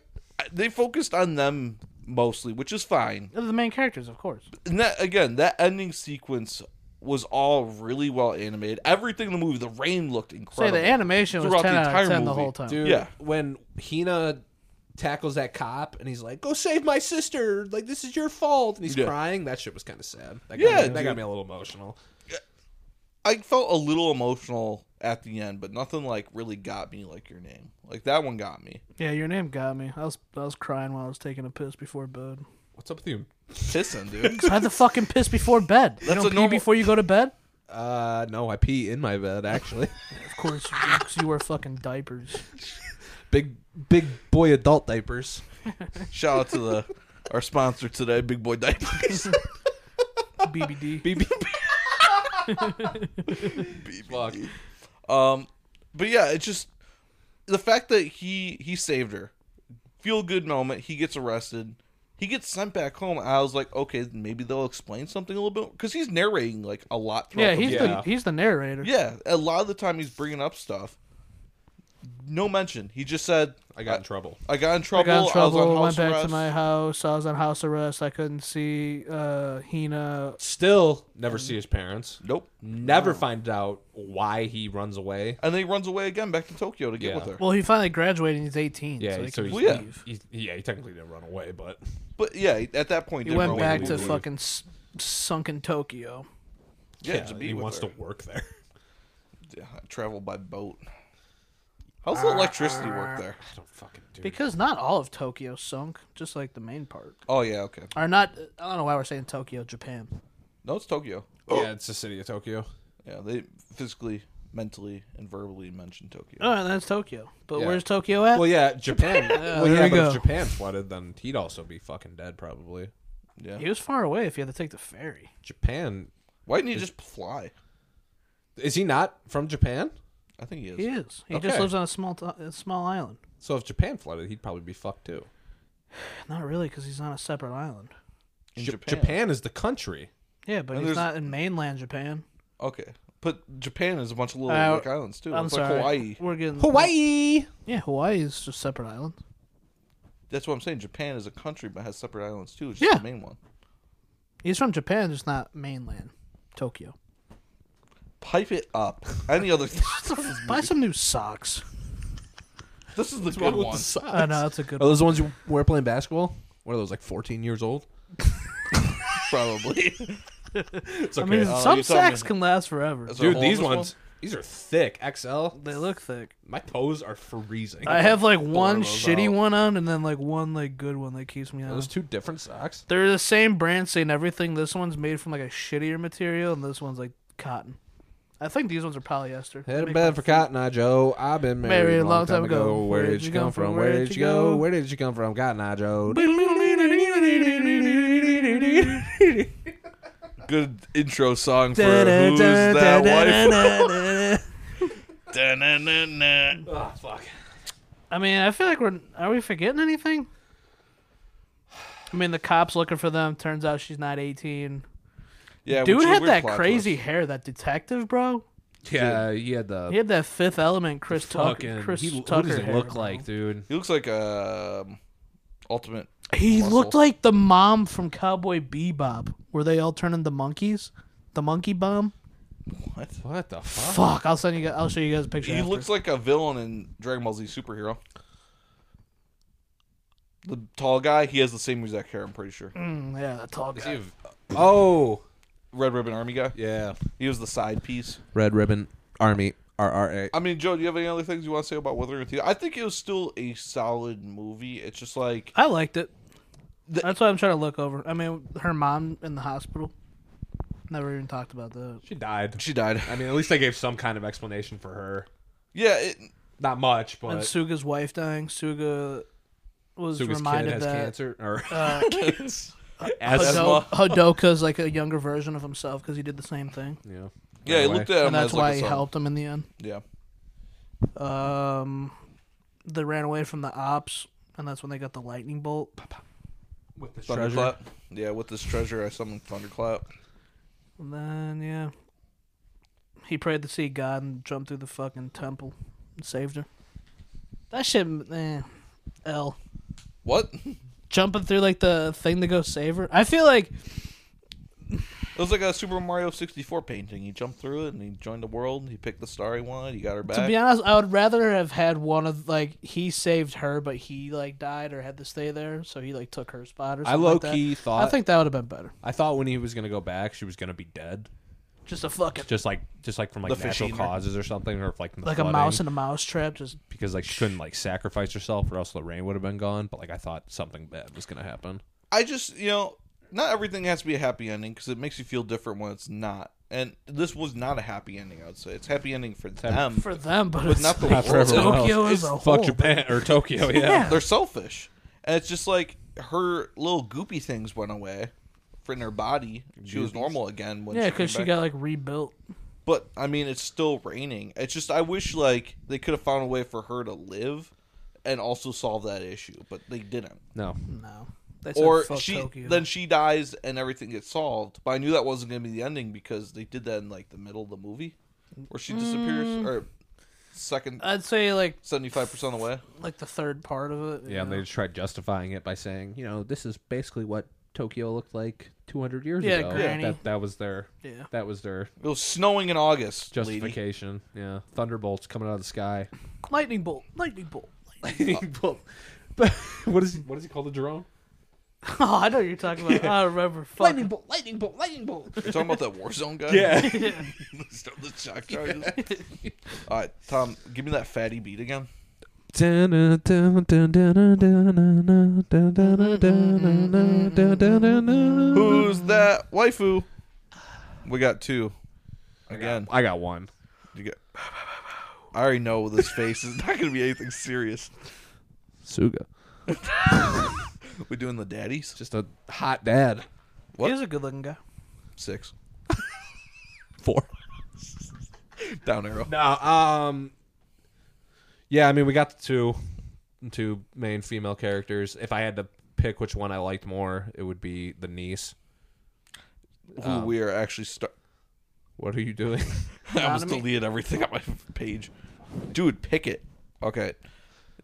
[SPEAKER 2] they focused on them mostly, which is fine.
[SPEAKER 4] They're the main characters, of course.
[SPEAKER 2] And that again, that ending sequence was all really well animated. Everything in the movie, the rain looked
[SPEAKER 4] Say
[SPEAKER 2] incredible.
[SPEAKER 4] the animation was
[SPEAKER 2] Throughout
[SPEAKER 4] ten
[SPEAKER 2] the
[SPEAKER 4] out
[SPEAKER 2] entire
[SPEAKER 4] of ten the
[SPEAKER 2] movie.
[SPEAKER 4] whole time.
[SPEAKER 3] Dude,
[SPEAKER 2] Yeah.
[SPEAKER 3] when Hina tackles that cop and he's like, "Go save my sister! Like this is your fault!" and he's
[SPEAKER 2] Yeah.
[SPEAKER 3] crying. That shit was kind of sad. That
[SPEAKER 2] Yeah,
[SPEAKER 3] got me, that
[SPEAKER 2] dude.
[SPEAKER 3] got me a little emotional.
[SPEAKER 2] I felt a little emotional at the end, but nothing like really got me like your name. Like that one got me.
[SPEAKER 4] Yeah, your name got me. I was I was crying while I was taking a piss before bed.
[SPEAKER 3] What's up with you?
[SPEAKER 2] Pissing, dude.
[SPEAKER 4] [LAUGHS] I had to fucking piss before bed. You
[SPEAKER 2] That's
[SPEAKER 4] don't
[SPEAKER 2] a
[SPEAKER 4] pee
[SPEAKER 2] normal-
[SPEAKER 4] before you go to bed.
[SPEAKER 3] Uh, no, I pee in my bed actually.
[SPEAKER 4] Of course, you do, 'cause you wear fucking diapers.
[SPEAKER 3] big, big boy adult diapers.
[SPEAKER 2] Shout out to the our sponsor today, Big Boy
[SPEAKER 4] [LAUGHS]
[SPEAKER 2] Diapers.
[SPEAKER 4] BBD.
[SPEAKER 3] BB. Fuck.
[SPEAKER 2] Um, but yeah, it's just the fact that he he saved her. Feel good moment. He gets arrested. He gets sent back home. I was like, okay, maybe they'll explain something a little bit because he's narrating like a lot. throughout
[SPEAKER 4] yeah,
[SPEAKER 2] the
[SPEAKER 4] he's
[SPEAKER 3] Yeah.
[SPEAKER 4] the he's the narrator.
[SPEAKER 2] Yeah, a lot of the time he's bringing up stuff. No mention. He just said,
[SPEAKER 3] I got in trouble.
[SPEAKER 2] I got in
[SPEAKER 4] I
[SPEAKER 2] trouble.
[SPEAKER 4] got in trouble.
[SPEAKER 2] was on
[SPEAKER 4] went
[SPEAKER 2] house
[SPEAKER 4] back
[SPEAKER 2] arrest.
[SPEAKER 4] to my house. I was on house arrest. I couldn't see uh, Hina.
[SPEAKER 3] Still, never see his parents.
[SPEAKER 2] Nope.
[SPEAKER 3] Never find out why he runs away.
[SPEAKER 2] And then he runs away again back to Tokyo to get
[SPEAKER 3] Yeah.
[SPEAKER 2] with her.
[SPEAKER 4] Well, he finally graduated. and He's eighteen.
[SPEAKER 3] Yeah,
[SPEAKER 4] so he
[SPEAKER 3] so
[SPEAKER 4] can
[SPEAKER 3] he's,
[SPEAKER 2] Well, yeah.
[SPEAKER 4] leave.
[SPEAKER 3] he's- yeah, he technically didn't run away, but
[SPEAKER 2] But yeah, at that point,
[SPEAKER 4] He
[SPEAKER 2] did
[SPEAKER 4] went
[SPEAKER 2] run
[SPEAKER 4] back
[SPEAKER 2] away.
[SPEAKER 4] to fucking s- sunken Tokyo.
[SPEAKER 2] yeah, to be
[SPEAKER 3] he
[SPEAKER 2] with
[SPEAKER 3] wants
[SPEAKER 2] her.
[SPEAKER 3] to work there. [LAUGHS]
[SPEAKER 2] Yeah, I travel by boat. How's the electricity work there?
[SPEAKER 3] I don't fucking do.
[SPEAKER 4] Because not all of Tokyo sunk, just like the main part.
[SPEAKER 2] Oh yeah, okay.
[SPEAKER 4] Or not. I don't know why we're saying Tokyo, Japan.
[SPEAKER 2] No, it's Tokyo.
[SPEAKER 3] yeah, it's the city of Tokyo.
[SPEAKER 2] Yeah, they physically, mentally, and verbally mentioned Tokyo.
[SPEAKER 4] All right, Oh, that's Tokyo. But
[SPEAKER 3] Yeah.
[SPEAKER 4] where's Tokyo
[SPEAKER 3] [LAUGHS]
[SPEAKER 4] at?
[SPEAKER 3] Well, yeah,
[SPEAKER 4] [LAUGHS]
[SPEAKER 3] Japan. well,
[SPEAKER 4] there
[SPEAKER 3] yeah,
[SPEAKER 4] you
[SPEAKER 3] but
[SPEAKER 4] go.
[SPEAKER 3] if Japan flooded, then he'd also be fucking dead probably.
[SPEAKER 4] He was far away. If you had to take the ferry,
[SPEAKER 3] Japan.
[SPEAKER 2] Why didn't he just fly?
[SPEAKER 3] Is he not from Japan?
[SPEAKER 2] I think he is.
[SPEAKER 4] he is. He just
[SPEAKER 3] Okay.
[SPEAKER 4] lives on a small t- a small island.
[SPEAKER 3] So if Japan flooded, he'd probably be fucked too.
[SPEAKER 4] Not really, because he's on a separate island.
[SPEAKER 2] In
[SPEAKER 3] Ja-
[SPEAKER 2] Japan.
[SPEAKER 3] is the country.
[SPEAKER 4] Yeah, but
[SPEAKER 2] And
[SPEAKER 4] he's
[SPEAKER 2] there's-
[SPEAKER 4] not in mainland Japan.
[SPEAKER 2] Okay, but Japan is a bunch of little
[SPEAKER 4] Uh,
[SPEAKER 2] like islands too.
[SPEAKER 4] I'm
[SPEAKER 2] it's
[SPEAKER 4] sorry.
[SPEAKER 2] like Hawaii.
[SPEAKER 4] We're getting
[SPEAKER 3] Hawaii.
[SPEAKER 4] Yeah, Hawaii is just separate island.
[SPEAKER 2] That's what I'm saying. Japan is a country but has separate islands too. It's just
[SPEAKER 4] Yeah.
[SPEAKER 2] the main one.
[SPEAKER 4] He's from Japan, just not mainland [LAUGHS] Tokyo.
[SPEAKER 2] Pipe it up. Any
[SPEAKER 4] [LAUGHS]
[SPEAKER 2] other?
[SPEAKER 4] Buy some new socks.
[SPEAKER 2] this is the good one.
[SPEAKER 4] I know that's
[SPEAKER 2] [LAUGHS]
[SPEAKER 4] a good.
[SPEAKER 3] Are those the ones you wear playing basketball? What are those like? Fourteen years old?
[SPEAKER 2] Probably.
[SPEAKER 3] It's
[SPEAKER 4] I mean,
[SPEAKER 2] Oh,
[SPEAKER 4] some
[SPEAKER 2] you told me.
[SPEAKER 4] socks can last forever.
[SPEAKER 2] That's
[SPEAKER 3] Dude,
[SPEAKER 2] Is there a hole
[SPEAKER 3] these
[SPEAKER 2] in this
[SPEAKER 3] ones, these are thick. XL.
[SPEAKER 4] They look thick.
[SPEAKER 3] My toes are freezing.
[SPEAKER 4] I have like one
[SPEAKER 3] those
[SPEAKER 4] shitty
[SPEAKER 3] out.
[SPEAKER 4] one on, and then like one like good one that keeps me
[SPEAKER 3] Are
[SPEAKER 4] on.
[SPEAKER 3] those two different socks.
[SPEAKER 4] They're the same brand, same everything. This one's made from like a shittier material, and this one's like cotton. I think these ones are polyester.
[SPEAKER 3] Head
[SPEAKER 4] Make
[SPEAKER 3] in
[SPEAKER 4] my-
[SPEAKER 3] bed for Cotton Eye Joe. I've been married, a long time, ago. Where did you come from? Where did you go? Where did you come from, Cotton Eye Joe?
[SPEAKER 2] Good intro song for who's that wife? Da-na-na-na.
[SPEAKER 3] Oh, fuck.
[SPEAKER 4] I mean, I feel like we're are we forgetting anything? I mean, the cops looking for them. Turns out she's not eighteen.
[SPEAKER 2] Yeah, which
[SPEAKER 4] Dude
[SPEAKER 2] is a
[SPEAKER 4] had
[SPEAKER 2] weird
[SPEAKER 4] that
[SPEAKER 2] plot
[SPEAKER 4] crazy
[SPEAKER 2] twist.
[SPEAKER 4] hair. That detective, bro.
[SPEAKER 3] Yeah, he had the
[SPEAKER 4] He had that Fifth Element Chris Tucker.
[SPEAKER 3] fucking.
[SPEAKER 4] Chris
[SPEAKER 3] he,
[SPEAKER 4] Tucker
[SPEAKER 3] what does it
[SPEAKER 4] hair,
[SPEAKER 3] look
[SPEAKER 4] bro.
[SPEAKER 3] like, dude?
[SPEAKER 2] He looks like um, ultimate.
[SPEAKER 4] He
[SPEAKER 2] Muscle.
[SPEAKER 4] looked like the mom from Cowboy Bebop, where they all turn into monkeys. The monkey bomb.
[SPEAKER 2] What?
[SPEAKER 3] What [LAUGHS] the fuck?
[SPEAKER 4] Fuck! I'll send you. Guys, I'll show you guys a picture.
[SPEAKER 2] He
[SPEAKER 4] after.
[SPEAKER 2] looks like a villain in Dragon Ball Z superhero. The tall guy, he has the same exact hair. I'm pretty sure.
[SPEAKER 4] Mm, yeah, the tall guy.
[SPEAKER 3] Oh,
[SPEAKER 2] Red Ribbon Army guy.
[SPEAKER 3] yeah.
[SPEAKER 2] He was the side piece.
[SPEAKER 3] Red Ribbon Army RRA.
[SPEAKER 2] I mean, Joe, do you have any other things you want to say about Wuthering Teeth? I think it was still a solid movie. It's just like
[SPEAKER 4] I liked it.
[SPEAKER 2] The-
[SPEAKER 4] That's what I'm trying to look over. I mean, her mom in the hospital. Never even talked about that.
[SPEAKER 3] She died.
[SPEAKER 2] she died.
[SPEAKER 3] I mean, at least I gave some kind of explanation for her.
[SPEAKER 2] Yeah,
[SPEAKER 4] [LAUGHS]
[SPEAKER 2] it, [LAUGHS]
[SPEAKER 3] Not much, but
[SPEAKER 4] And Suga's wife dying. Suga was
[SPEAKER 3] Suga's kid
[SPEAKER 4] reminded
[SPEAKER 3] has
[SPEAKER 4] that
[SPEAKER 3] [LAUGHS] cancer. Or
[SPEAKER 4] uh,
[SPEAKER 3] Asthma.
[SPEAKER 4] Hadoka's like a younger version of himself because he did the same thing,
[SPEAKER 3] Yeah.
[SPEAKER 2] Yeah, he
[SPEAKER 3] Anyway.
[SPEAKER 2] looked at him.
[SPEAKER 4] and that's
[SPEAKER 2] as, like,
[SPEAKER 4] why
[SPEAKER 2] a
[SPEAKER 4] he
[SPEAKER 2] son.
[SPEAKER 4] helped him in the end.
[SPEAKER 2] Yeah.
[SPEAKER 4] Um, they ran away from the ops, and that's when they got the lightning bolt.
[SPEAKER 3] With the
[SPEAKER 2] Thunderclap. Yeah, with this treasure, I summoned Thunderclap.
[SPEAKER 4] And then yeah, he prayed to see God and jumped through the fucking temple and saved her. That shit, eh, L.
[SPEAKER 2] What? [LAUGHS]
[SPEAKER 4] Jumping through like the thing to go save her. I feel like
[SPEAKER 2] It was like a Super Mario 64 painting. He jumped through it and he joined the world. He picked the star he wanted. He got her back.
[SPEAKER 4] To be honest, I would rather have had one of like he saved her, but he like died or had to stay there, so he like took her spot or
[SPEAKER 3] I
[SPEAKER 4] something.
[SPEAKER 3] low
[SPEAKER 4] like that.
[SPEAKER 3] key thought.
[SPEAKER 4] I think that would have been better.
[SPEAKER 3] I thought when he was gonna go back, she was gonna be dead,
[SPEAKER 4] Just a fucking
[SPEAKER 3] just like just like from like
[SPEAKER 2] The
[SPEAKER 3] natural
[SPEAKER 2] fishing.
[SPEAKER 3] causes or something, or if, like from the
[SPEAKER 4] like a
[SPEAKER 3] flooding,
[SPEAKER 4] mouse in a mouse trap. Just
[SPEAKER 3] because like she couldn't like sacrifice herself, or else the rain would have been gone. But like I thought something bad was gonna happen.
[SPEAKER 2] I just, you know, not everything has to be a happy ending because it makes you feel different when it's not. And this was not a happy ending, I would say. It's happy ending for them.
[SPEAKER 4] for them, but
[SPEAKER 2] But
[SPEAKER 4] it's
[SPEAKER 2] not the
[SPEAKER 4] like,
[SPEAKER 2] world. Not for
[SPEAKER 3] everyone
[SPEAKER 4] Tokyo
[SPEAKER 2] else.
[SPEAKER 4] as a
[SPEAKER 2] It's
[SPEAKER 4] whole.
[SPEAKER 3] Fuck Japan or Tokyo, yeah.
[SPEAKER 2] They're selfish. And it's just like her little goopy things went away from her body. She was normal again when
[SPEAKER 4] Yeah,
[SPEAKER 2] she
[SPEAKER 4] because
[SPEAKER 2] came back.
[SPEAKER 4] she got like rebuilt.
[SPEAKER 2] But I mean, it's still raining. It's just I wish like they could have found a way for her to live, and also solve that issue. But they didn't.
[SPEAKER 3] No,
[SPEAKER 4] No, they said,
[SPEAKER 2] Or
[SPEAKER 4] "Fuck
[SPEAKER 2] she
[SPEAKER 4] Tokyo."
[SPEAKER 2] then she dies and everything gets solved. But I knew that wasn't going to be the ending because they did that in like the middle of the movie, where she disappears
[SPEAKER 4] Mm.
[SPEAKER 2] or second
[SPEAKER 4] I'd say like
[SPEAKER 2] seventy five percent of the way.
[SPEAKER 4] like the third part of it. you
[SPEAKER 3] yeah, and
[SPEAKER 4] know.
[SPEAKER 3] they just tried justifying it by saying, you know, this is basically what Tokyo looked like 200 years
[SPEAKER 4] Yeah,
[SPEAKER 3] ago.
[SPEAKER 4] granny.
[SPEAKER 3] That that was their
[SPEAKER 4] Yeah.
[SPEAKER 3] that was their
[SPEAKER 2] It was snowing in August. lady.
[SPEAKER 3] justification. Yeah, thunderbolts coming out of the sky.
[SPEAKER 4] lightning bolt, lightning bolt.
[SPEAKER 3] but [LAUGHS] what is he, what is he called, the Jerome?
[SPEAKER 4] [LAUGHS] Oh, I know what you're talking about. I remember. Fuck.
[SPEAKER 3] Lightning bolt, lightning bolt, lightning bolt.
[SPEAKER 2] You're talking about that Warzone guy. [LAUGHS] Stop the shock charges. All right, Tom, give me that fatty beat again.
[SPEAKER 3] Mm-hmm.
[SPEAKER 2] Who's that waifu? We got two. Again,
[SPEAKER 3] I got one.
[SPEAKER 2] you get. I already know this face is not going to be anything serious.
[SPEAKER 3] Suga,
[SPEAKER 2] We doing the daddies?
[SPEAKER 3] just a hot dad.
[SPEAKER 2] What?
[SPEAKER 4] He is a good looking guy.
[SPEAKER 2] Six
[SPEAKER 3] Four.
[SPEAKER 2] down arrow.
[SPEAKER 3] No, um, yeah, I mean, we got the two, two main female characters. If I had to pick which one I liked more, it would be the niece.
[SPEAKER 2] Who we are actually start.
[SPEAKER 3] What are you [LAUGHS] doing?
[SPEAKER 2] I almost
[SPEAKER 4] Anatomy?
[SPEAKER 2] deleted everything on my [LAUGHS] page. Dude, pick it. Okay.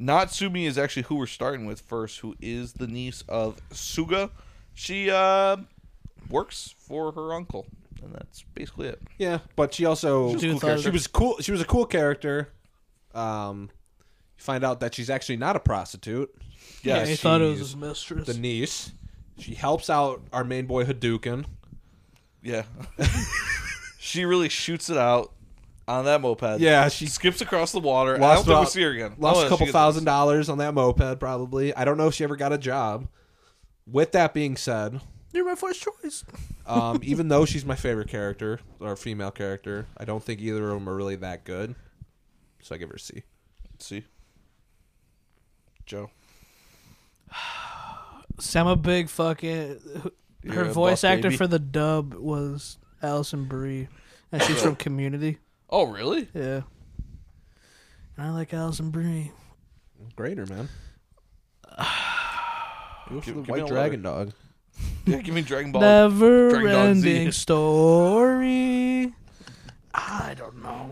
[SPEAKER 2] Natsumi is actually who we're starting with first, who is the niece of Suga. She uh, works for her uncle, and that's basically it.
[SPEAKER 3] yeah, but she also
[SPEAKER 4] Dude cool thought- character.
[SPEAKER 3] she was cool. She was a cool character. Um, you find out that she's actually not a prostitute.
[SPEAKER 4] Yeah, he thought it was
[SPEAKER 3] she's
[SPEAKER 4] his mistress.
[SPEAKER 3] the niece. She helps out our main boy Hadouken.
[SPEAKER 2] Yeah. [LAUGHS] she really shoots it out on that moped.
[SPEAKER 3] Yeah, she
[SPEAKER 2] She skips across the water. I don't
[SPEAKER 3] lost
[SPEAKER 2] think we
[SPEAKER 3] about-
[SPEAKER 2] see her again.
[SPEAKER 3] Lost
[SPEAKER 2] Oh,
[SPEAKER 3] a
[SPEAKER 2] yeah,
[SPEAKER 3] couple
[SPEAKER 2] she gets-
[SPEAKER 3] thousand dollars on that moped, probably. I don't know if she ever got a job. With that being said,
[SPEAKER 4] You're my first choice.
[SPEAKER 3] [LAUGHS] um, even though she's my favorite character or female character, I don't think either of them are really that good. So I give her a C.
[SPEAKER 2] See? Joe.
[SPEAKER 4] See, I'm a big fucking.
[SPEAKER 2] You're
[SPEAKER 4] Her
[SPEAKER 2] a
[SPEAKER 4] voice
[SPEAKER 2] buff
[SPEAKER 4] actor
[SPEAKER 2] baby.
[SPEAKER 4] for the dub was Allison Brie, and she's from Community.
[SPEAKER 2] Oh, really?
[SPEAKER 4] Yeah, and I like Allison Brie.
[SPEAKER 3] Greater [SIGHS] man. Go
[SPEAKER 2] Give-
[SPEAKER 3] for the
[SPEAKER 2] give me
[SPEAKER 3] white
[SPEAKER 2] a
[SPEAKER 3] dragon dog.
[SPEAKER 2] Yeah, give me Dragon Ball.
[SPEAKER 4] Never
[SPEAKER 2] Dragon Dog Z.
[SPEAKER 4] ending story. I don't know.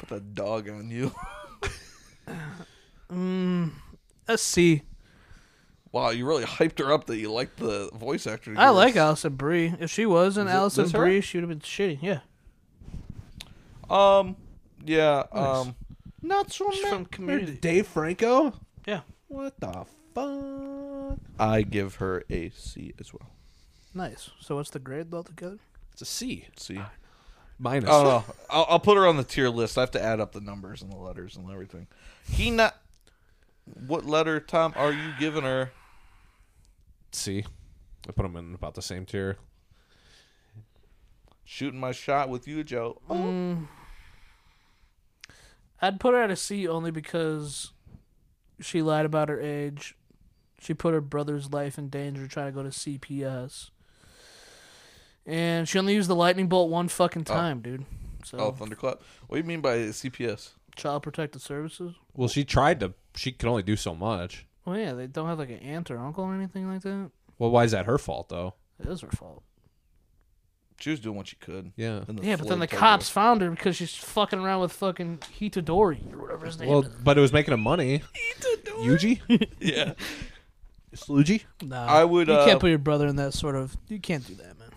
[SPEAKER 2] Put that dog on you. [LAUGHS]
[SPEAKER 4] Let's see.
[SPEAKER 2] Wow, you really hyped her up that you liked the voice actor.
[SPEAKER 4] I like
[SPEAKER 2] her.
[SPEAKER 4] Allison Brie. If she wasn't Allison
[SPEAKER 2] this her?
[SPEAKER 4] Brie, she would have been shitty. Yeah,
[SPEAKER 2] Um, yeah. Um,
[SPEAKER 3] Not so
[SPEAKER 4] she's from Community.
[SPEAKER 3] Dave Franco?
[SPEAKER 4] Yeah,
[SPEAKER 3] What the fuck?
[SPEAKER 2] I give her a C as well.
[SPEAKER 4] nice. So what's the grade altogether?
[SPEAKER 3] It's a C.
[SPEAKER 2] C.
[SPEAKER 4] Ah,
[SPEAKER 3] Minus.
[SPEAKER 2] Oh no, I'll, I'll put her on the tier list. I have to add up the numbers and the letters and everything. He not. What letter, Tom? Are you giving her?
[SPEAKER 3] C. I put them in about the same tier.
[SPEAKER 2] Shooting my shot with you, Joe. Oh,
[SPEAKER 4] I'd put her at a C only because she lied about her age. She put her brother's life in danger trying to go to CPS. And she only used the lightning bolt one fucking time, dude. So
[SPEAKER 2] Oh, thunderclap. What do you mean by CPS?
[SPEAKER 4] child protective services.
[SPEAKER 3] Well, she tried to. She could only do so much.
[SPEAKER 4] Well, yeah, they don't have like an aunt or uncle or anything like that.
[SPEAKER 3] Well, why is that her fault though?
[SPEAKER 4] It is her fault.
[SPEAKER 2] She was doing what she could.
[SPEAKER 3] Yeah.
[SPEAKER 2] And
[SPEAKER 4] Yeah, but then the
[SPEAKER 2] Floyd told her.
[SPEAKER 4] cops found her because she's fucking around with fucking Hitadori or whatever his name
[SPEAKER 3] Well,
[SPEAKER 4] is.
[SPEAKER 3] but it was making him money. Yuji,
[SPEAKER 2] Yeah.
[SPEAKER 3] Sluji.
[SPEAKER 4] No,
[SPEAKER 2] I would,
[SPEAKER 4] You
[SPEAKER 2] uh,
[SPEAKER 4] can't put your brother in that sort of. You can't do that, man.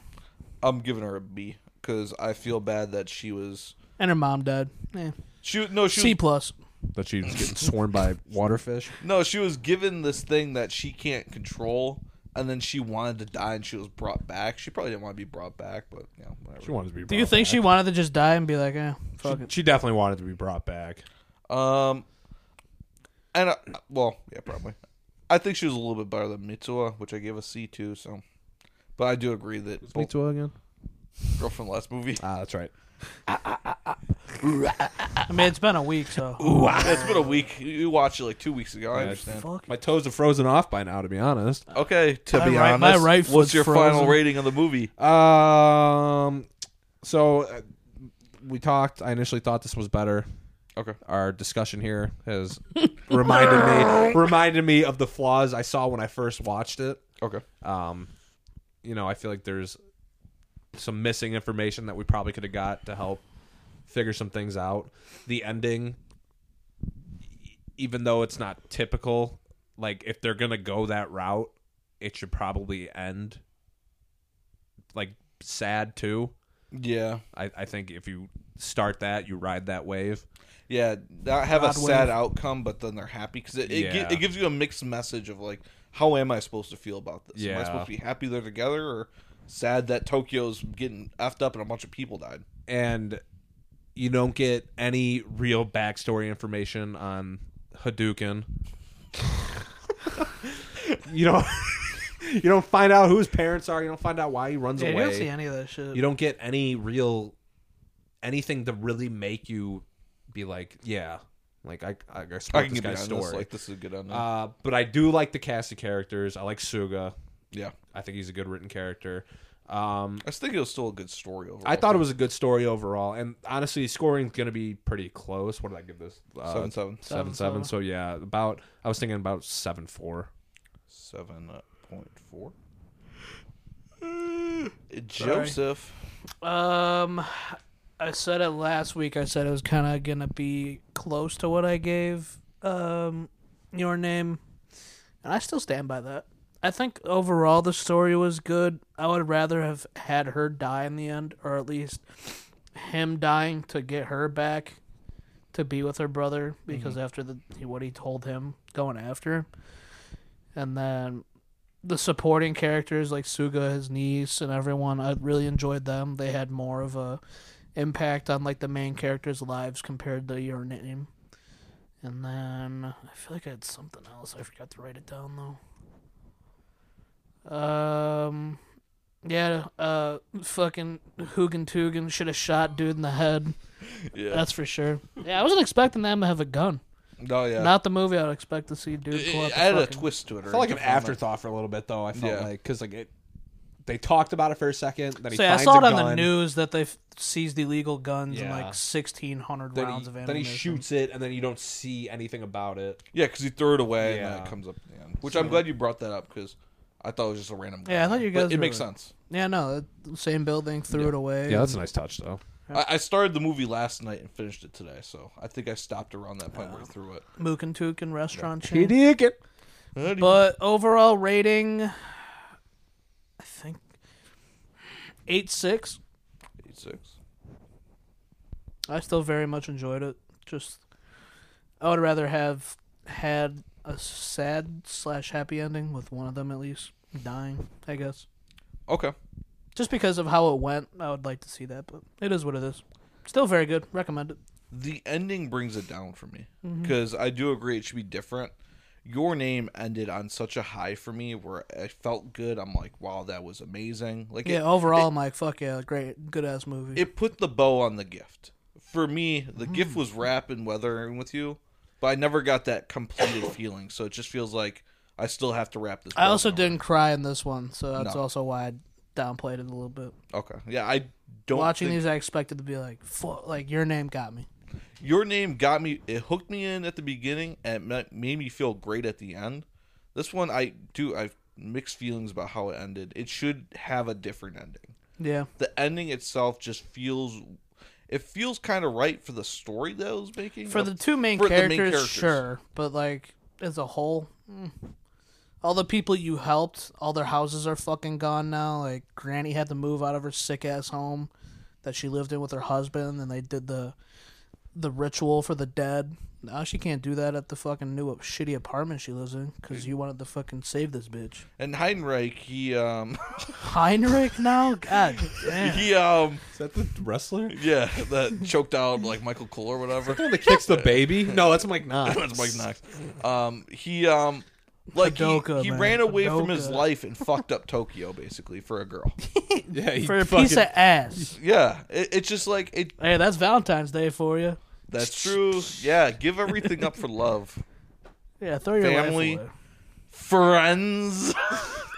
[SPEAKER 2] I'm giving her a B because I feel bad that she was.
[SPEAKER 4] And her mom died. Eh.
[SPEAKER 2] She no she
[SPEAKER 4] C
[SPEAKER 2] was,
[SPEAKER 4] plus.
[SPEAKER 3] That she was getting sworn by waterfish.
[SPEAKER 2] no she was given this thing that she can't control, and then she wanted to die, and she was brought back. She probably didn't want to be brought back, but you know whatever.
[SPEAKER 3] She wanted to be. Brought
[SPEAKER 4] Do you think she
[SPEAKER 3] back.
[SPEAKER 4] wanted to just die and be like, eh, fuck
[SPEAKER 3] She,
[SPEAKER 4] it?
[SPEAKER 3] she definitely wanted to be brought back.
[SPEAKER 2] Um, and uh, well, yeah, probably. I think she was a little bit better than Mitsuha, which I gave a C to. So, but I do agree that both
[SPEAKER 3] too again.
[SPEAKER 2] girl from last movie.
[SPEAKER 3] Ah, that's right.
[SPEAKER 4] I mean, it's been a week, so.
[SPEAKER 2] Yeah, [LAUGHS] it's been a week. You- You watched it like two weeks ago. I
[SPEAKER 3] Yeah.
[SPEAKER 2] understand.
[SPEAKER 4] Fuck.
[SPEAKER 3] My toes are frozen off by now, to be honest.
[SPEAKER 2] Okay, to
[SPEAKER 4] My
[SPEAKER 2] be
[SPEAKER 4] right-
[SPEAKER 2] honest,
[SPEAKER 4] my right
[SPEAKER 2] what's
[SPEAKER 4] foot's
[SPEAKER 2] your final
[SPEAKER 4] frozen.
[SPEAKER 2] rating on the movie?
[SPEAKER 3] Um, so uh, we talked. I initially thought this was better.
[SPEAKER 2] Okay,
[SPEAKER 3] Our discussion here has reminded me reminded me of the flaws I saw when I first watched it.
[SPEAKER 2] okay.
[SPEAKER 3] Um, you know, I feel like there's some missing information that we probably could have got to help figure some things out. The ending, e- even though it's not typical, like if they're gonna go that route, it should probably end like sad too.
[SPEAKER 2] Yeah,
[SPEAKER 3] I, I think if you start that, you ride that wave.
[SPEAKER 2] yeah. Not have a
[SPEAKER 4] God
[SPEAKER 2] sad
[SPEAKER 4] wave.
[SPEAKER 2] outcome, but then they're happy because it it, gi-
[SPEAKER 3] Yeah.
[SPEAKER 2] it gives you a mixed message of like, how am I supposed to feel about this? Am I
[SPEAKER 3] Yeah.
[SPEAKER 2] supposed to be happy they're together or sad that Tokyo's getting effed up and a bunch of people died?
[SPEAKER 3] and you don't get any real backstory information on Hadouken. you don't [LAUGHS] you don't find out who his parents are. You don't find out why he runs
[SPEAKER 4] Yeah, you don't see
[SPEAKER 3] away.
[SPEAKER 4] any of that shit.
[SPEAKER 3] You don't get any real anything to really make you be like, yeah, like I I, I
[SPEAKER 2] I
[SPEAKER 3] support
[SPEAKER 2] can
[SPEAKER 3] this
[SPEAKER 2] get
[SPEAKER 3] guy's
[SPEAKER 2] behind this.
[SPEAKER 3] story.
[SPEAKER 2] Like mm-hmm. this is a good ending.
[SPEAKER 3] uh, but I do like the cast of characters. I like Suga.
[SPEAKER 2] yeah,
[SPEAKER 3] I think he's a good written character. Um,
[SPEAKER 2] I just think it was still a good story overall.
[SPEAKER 3] I thought it was a good story overall, and honestly, scoring's going to be pretty close. What did I give this? Uh,
[SPEAKER 2] seven seven
[SPEAKER 3] seven, seven. So yeah, about I was thinking about seven four.
[SPEAKER 2] seven uh, point four.
[SPEAKER 3] [SIGHS]
[SPEAKER 2] Joseph,
[SPEAKER 4] Um, I said it last week. I said it was kind of gonna be close to what I gave um your name, and I still stand by that. I think overall the story was good. I would rather have had her die in the end, or at least him dying to get her back to be with her brother, because after the what he told him going after, him. and then the supporting characters like Suga, his niece, and everyone. I really enjoyed them. They had more of a impact on like the main characters' lives compared to your name. And then I feel like I had something else. I forgot to write it down though. Um, yeah, uh, fucking Hoogan Toogan should have shot dude in the head.
[SPEAKER 2] [LAUGHS] yeah,
[SPEAKER 4] That's for sure. Yeah, I wasn't expecting them to have a gun.
[SPEAKER 2] no, Oh, yeah.
[SPEAKER 4] Not the movie I'd expect to see dude.
[SPEAKER 2] it,
[SPEAKER 4] Pull out
[SPEAKER 2] it
[SPEAKER 4] the
[SPEAKER 2] added a
[SPEAKER 4] fucking-
[SPEAKER 2] twist to it.
[SPEAKER 3] I
[SPEAKER 2] or
[SPEAKER 3] felt like an
[SPEAKER 2] different,
[SPEAKER 3] afterthought for a little bit though. I felt
[SPEAKER 2] Yeah.
[SPEAKER 3] like because like it, they talked about it for a second. Then he
[SPEAKER 4] So yeah, I
[SPEAKER 3] finds
[SPEAKER 4] saw it
[SPEAKER 3] a
[SPEAKER 4] on the
[SPEAKER 3] gun,
[SPEAKER 4] news that they've seized illegal guns and
[SPEAKER 3] Yeah.
[SPEAKER 4] like sixteen hundred
[SPEAKER 3] Then
[SPEAKER 4] rounds
[SPEAKER 3] he,
[SPEAKER 4] of
[SPEAKER 3] then
[SPEAKER 4] ammunition.
[SPEAKER 3] he shoots it, and then you don't see anything about it.
[SPEAKER 2] Yeah, because he threw it away and then
[SPEAKER 3] Yeah.
[SPEAKER 2] it comes up at the end. Which I'm glad you brought that up because I thought it was just a random.
[SPEAKER 4] Yeah, I thought you
[SPEAKER 2] But
[SPEAKER 4] guys
[SPEAKER 2] it
[SPEAKER 4] were
[SPEAKER 2] makes
[SPEAKER 4] right.
[SPEAKER 2] sense.
[SPEAKER 4] Yeah, no, the same building threw it away.
[SPEAKER 3] that's a nice touch though.
[SPEAKER 2] I, I started the movie last night and finished it today, so I think I stopped around that point where he threw it.
[SPEAKER 4] Mook and Took and restaurant chain.
[SPEAKER 3] Hadouken.
[SPEAKER 4] But overall rating, I think eight six.
[SPEAKER 2] Eight six.
[SPEAKER 4] I still very much enjoyed it. Just, I would rather have had a sad slash happy ending with one of them at least dying. I guess.
[SPEAKER 2] Okay.
[SPEAKER 4] just because of how it went, I would like to see that, but it is what it is. Still very good. Recommend it.
[SPEAKER 2] the ending brings it down for me
[SPEAKER 4] Mm-hmm.
[SPEAKER 2] because I do agree it should be different. Your name ended on such a high for me where I felt good. I'm like, wow, that was amazing. Like,
[SPEAKER 4] Yeah,
[SPEAKER 2] it,
[SPEAKER 4] overall, I'm like, fuck yeah, great, good ass movie.
[SPEAKER 2] it put the bow on the gift for me. The gift was wrapping weathering with you, but I never got that completed feeling. So it just feels like I still have to wrap this.
[SPEAKER 4] I also
[SPEAKER 2] program
[SPEAKER 4] didn't cry in this one, so that's
[SPEAKER 2] No.
[SPEAKER 4] also why I downplayed it a little bit.
[SPEAKER 2] up. Okay. Yeah, I don't.
[SPEAKER 4] Watching
[SPEAKER 2] think-
[SPEAKER 4] these, I expected to be like, "Fuck!" Like your name got me.
[SPEAKER 2] your name got me it hooked me in at the beginning and it ma- made me feel great at the end this one i do i've mixed feelings about how it ended it should have a different ending
[SPEAKER 4] Yeah,
[SPEAKER 2] the ending itself just feels it feels kind of right for the story that it was making
[SPEAKER 4] for the two main,
[SPEAKER 2] For the main
[SPEAKER 4] characters,
[SPEAKER 2] characters.
[SPEAKER 4] sure, but like as a whole, mm. all the people you helped, all their houses are fucking gone now. Like Granny had to move out of her sick ass home that she lived in with her husband, and they did the the ritual for the dead. Now she can't do that at the fucking new shitty apartment she lives in because you wanted to fucking save this bitch.
[SPEAKER 2] and heinrich he
[SPEAKER 4] [LAUGHS]
[SPEAKER 2] um [LAUGHS]
[SPEAKER 4] Heinrich now? God damn.
[SPEAKER 2] he um
[SPEAKER 3] Is that the wrestler?
[SPEAKER 2] yeah that choked out like michael cole or whatever [LAUGHS]
[SPEAKER 3] The one that kicks the baby? No, [LAUGHS] that's Mike Knox.
[SPEAKER 2] That's Mike Knox. Um, he um, like he-
[SPEAKER 4] Padoka,
[SPEAKER 2] he,
[SPEAKER 4] man.
[SPEAKER 2] ran away from his
[SPEAKER 4] Padoka.
[SPEAKER 2] life and fucked up Tokyo basically for a girl.
[SPEAKER 3] Yeah, he
[SPEAKER 4] For a
[SPEAKER 3] fucking-
[SPEAKER 4] piece of ass.
[SPEAKER 2] Yeah, it, it's just like it.
[SPEAKER 4] Hey, that's Valentine's Day for you.
[SPEAKER 2] That's true. Yeah, give everything up for love,
[SPEAKER 4] Yeah, throw your life
[SPEAKER 2] Family.
[SPEAKER 4] away.
[SPEAKER 2] friends.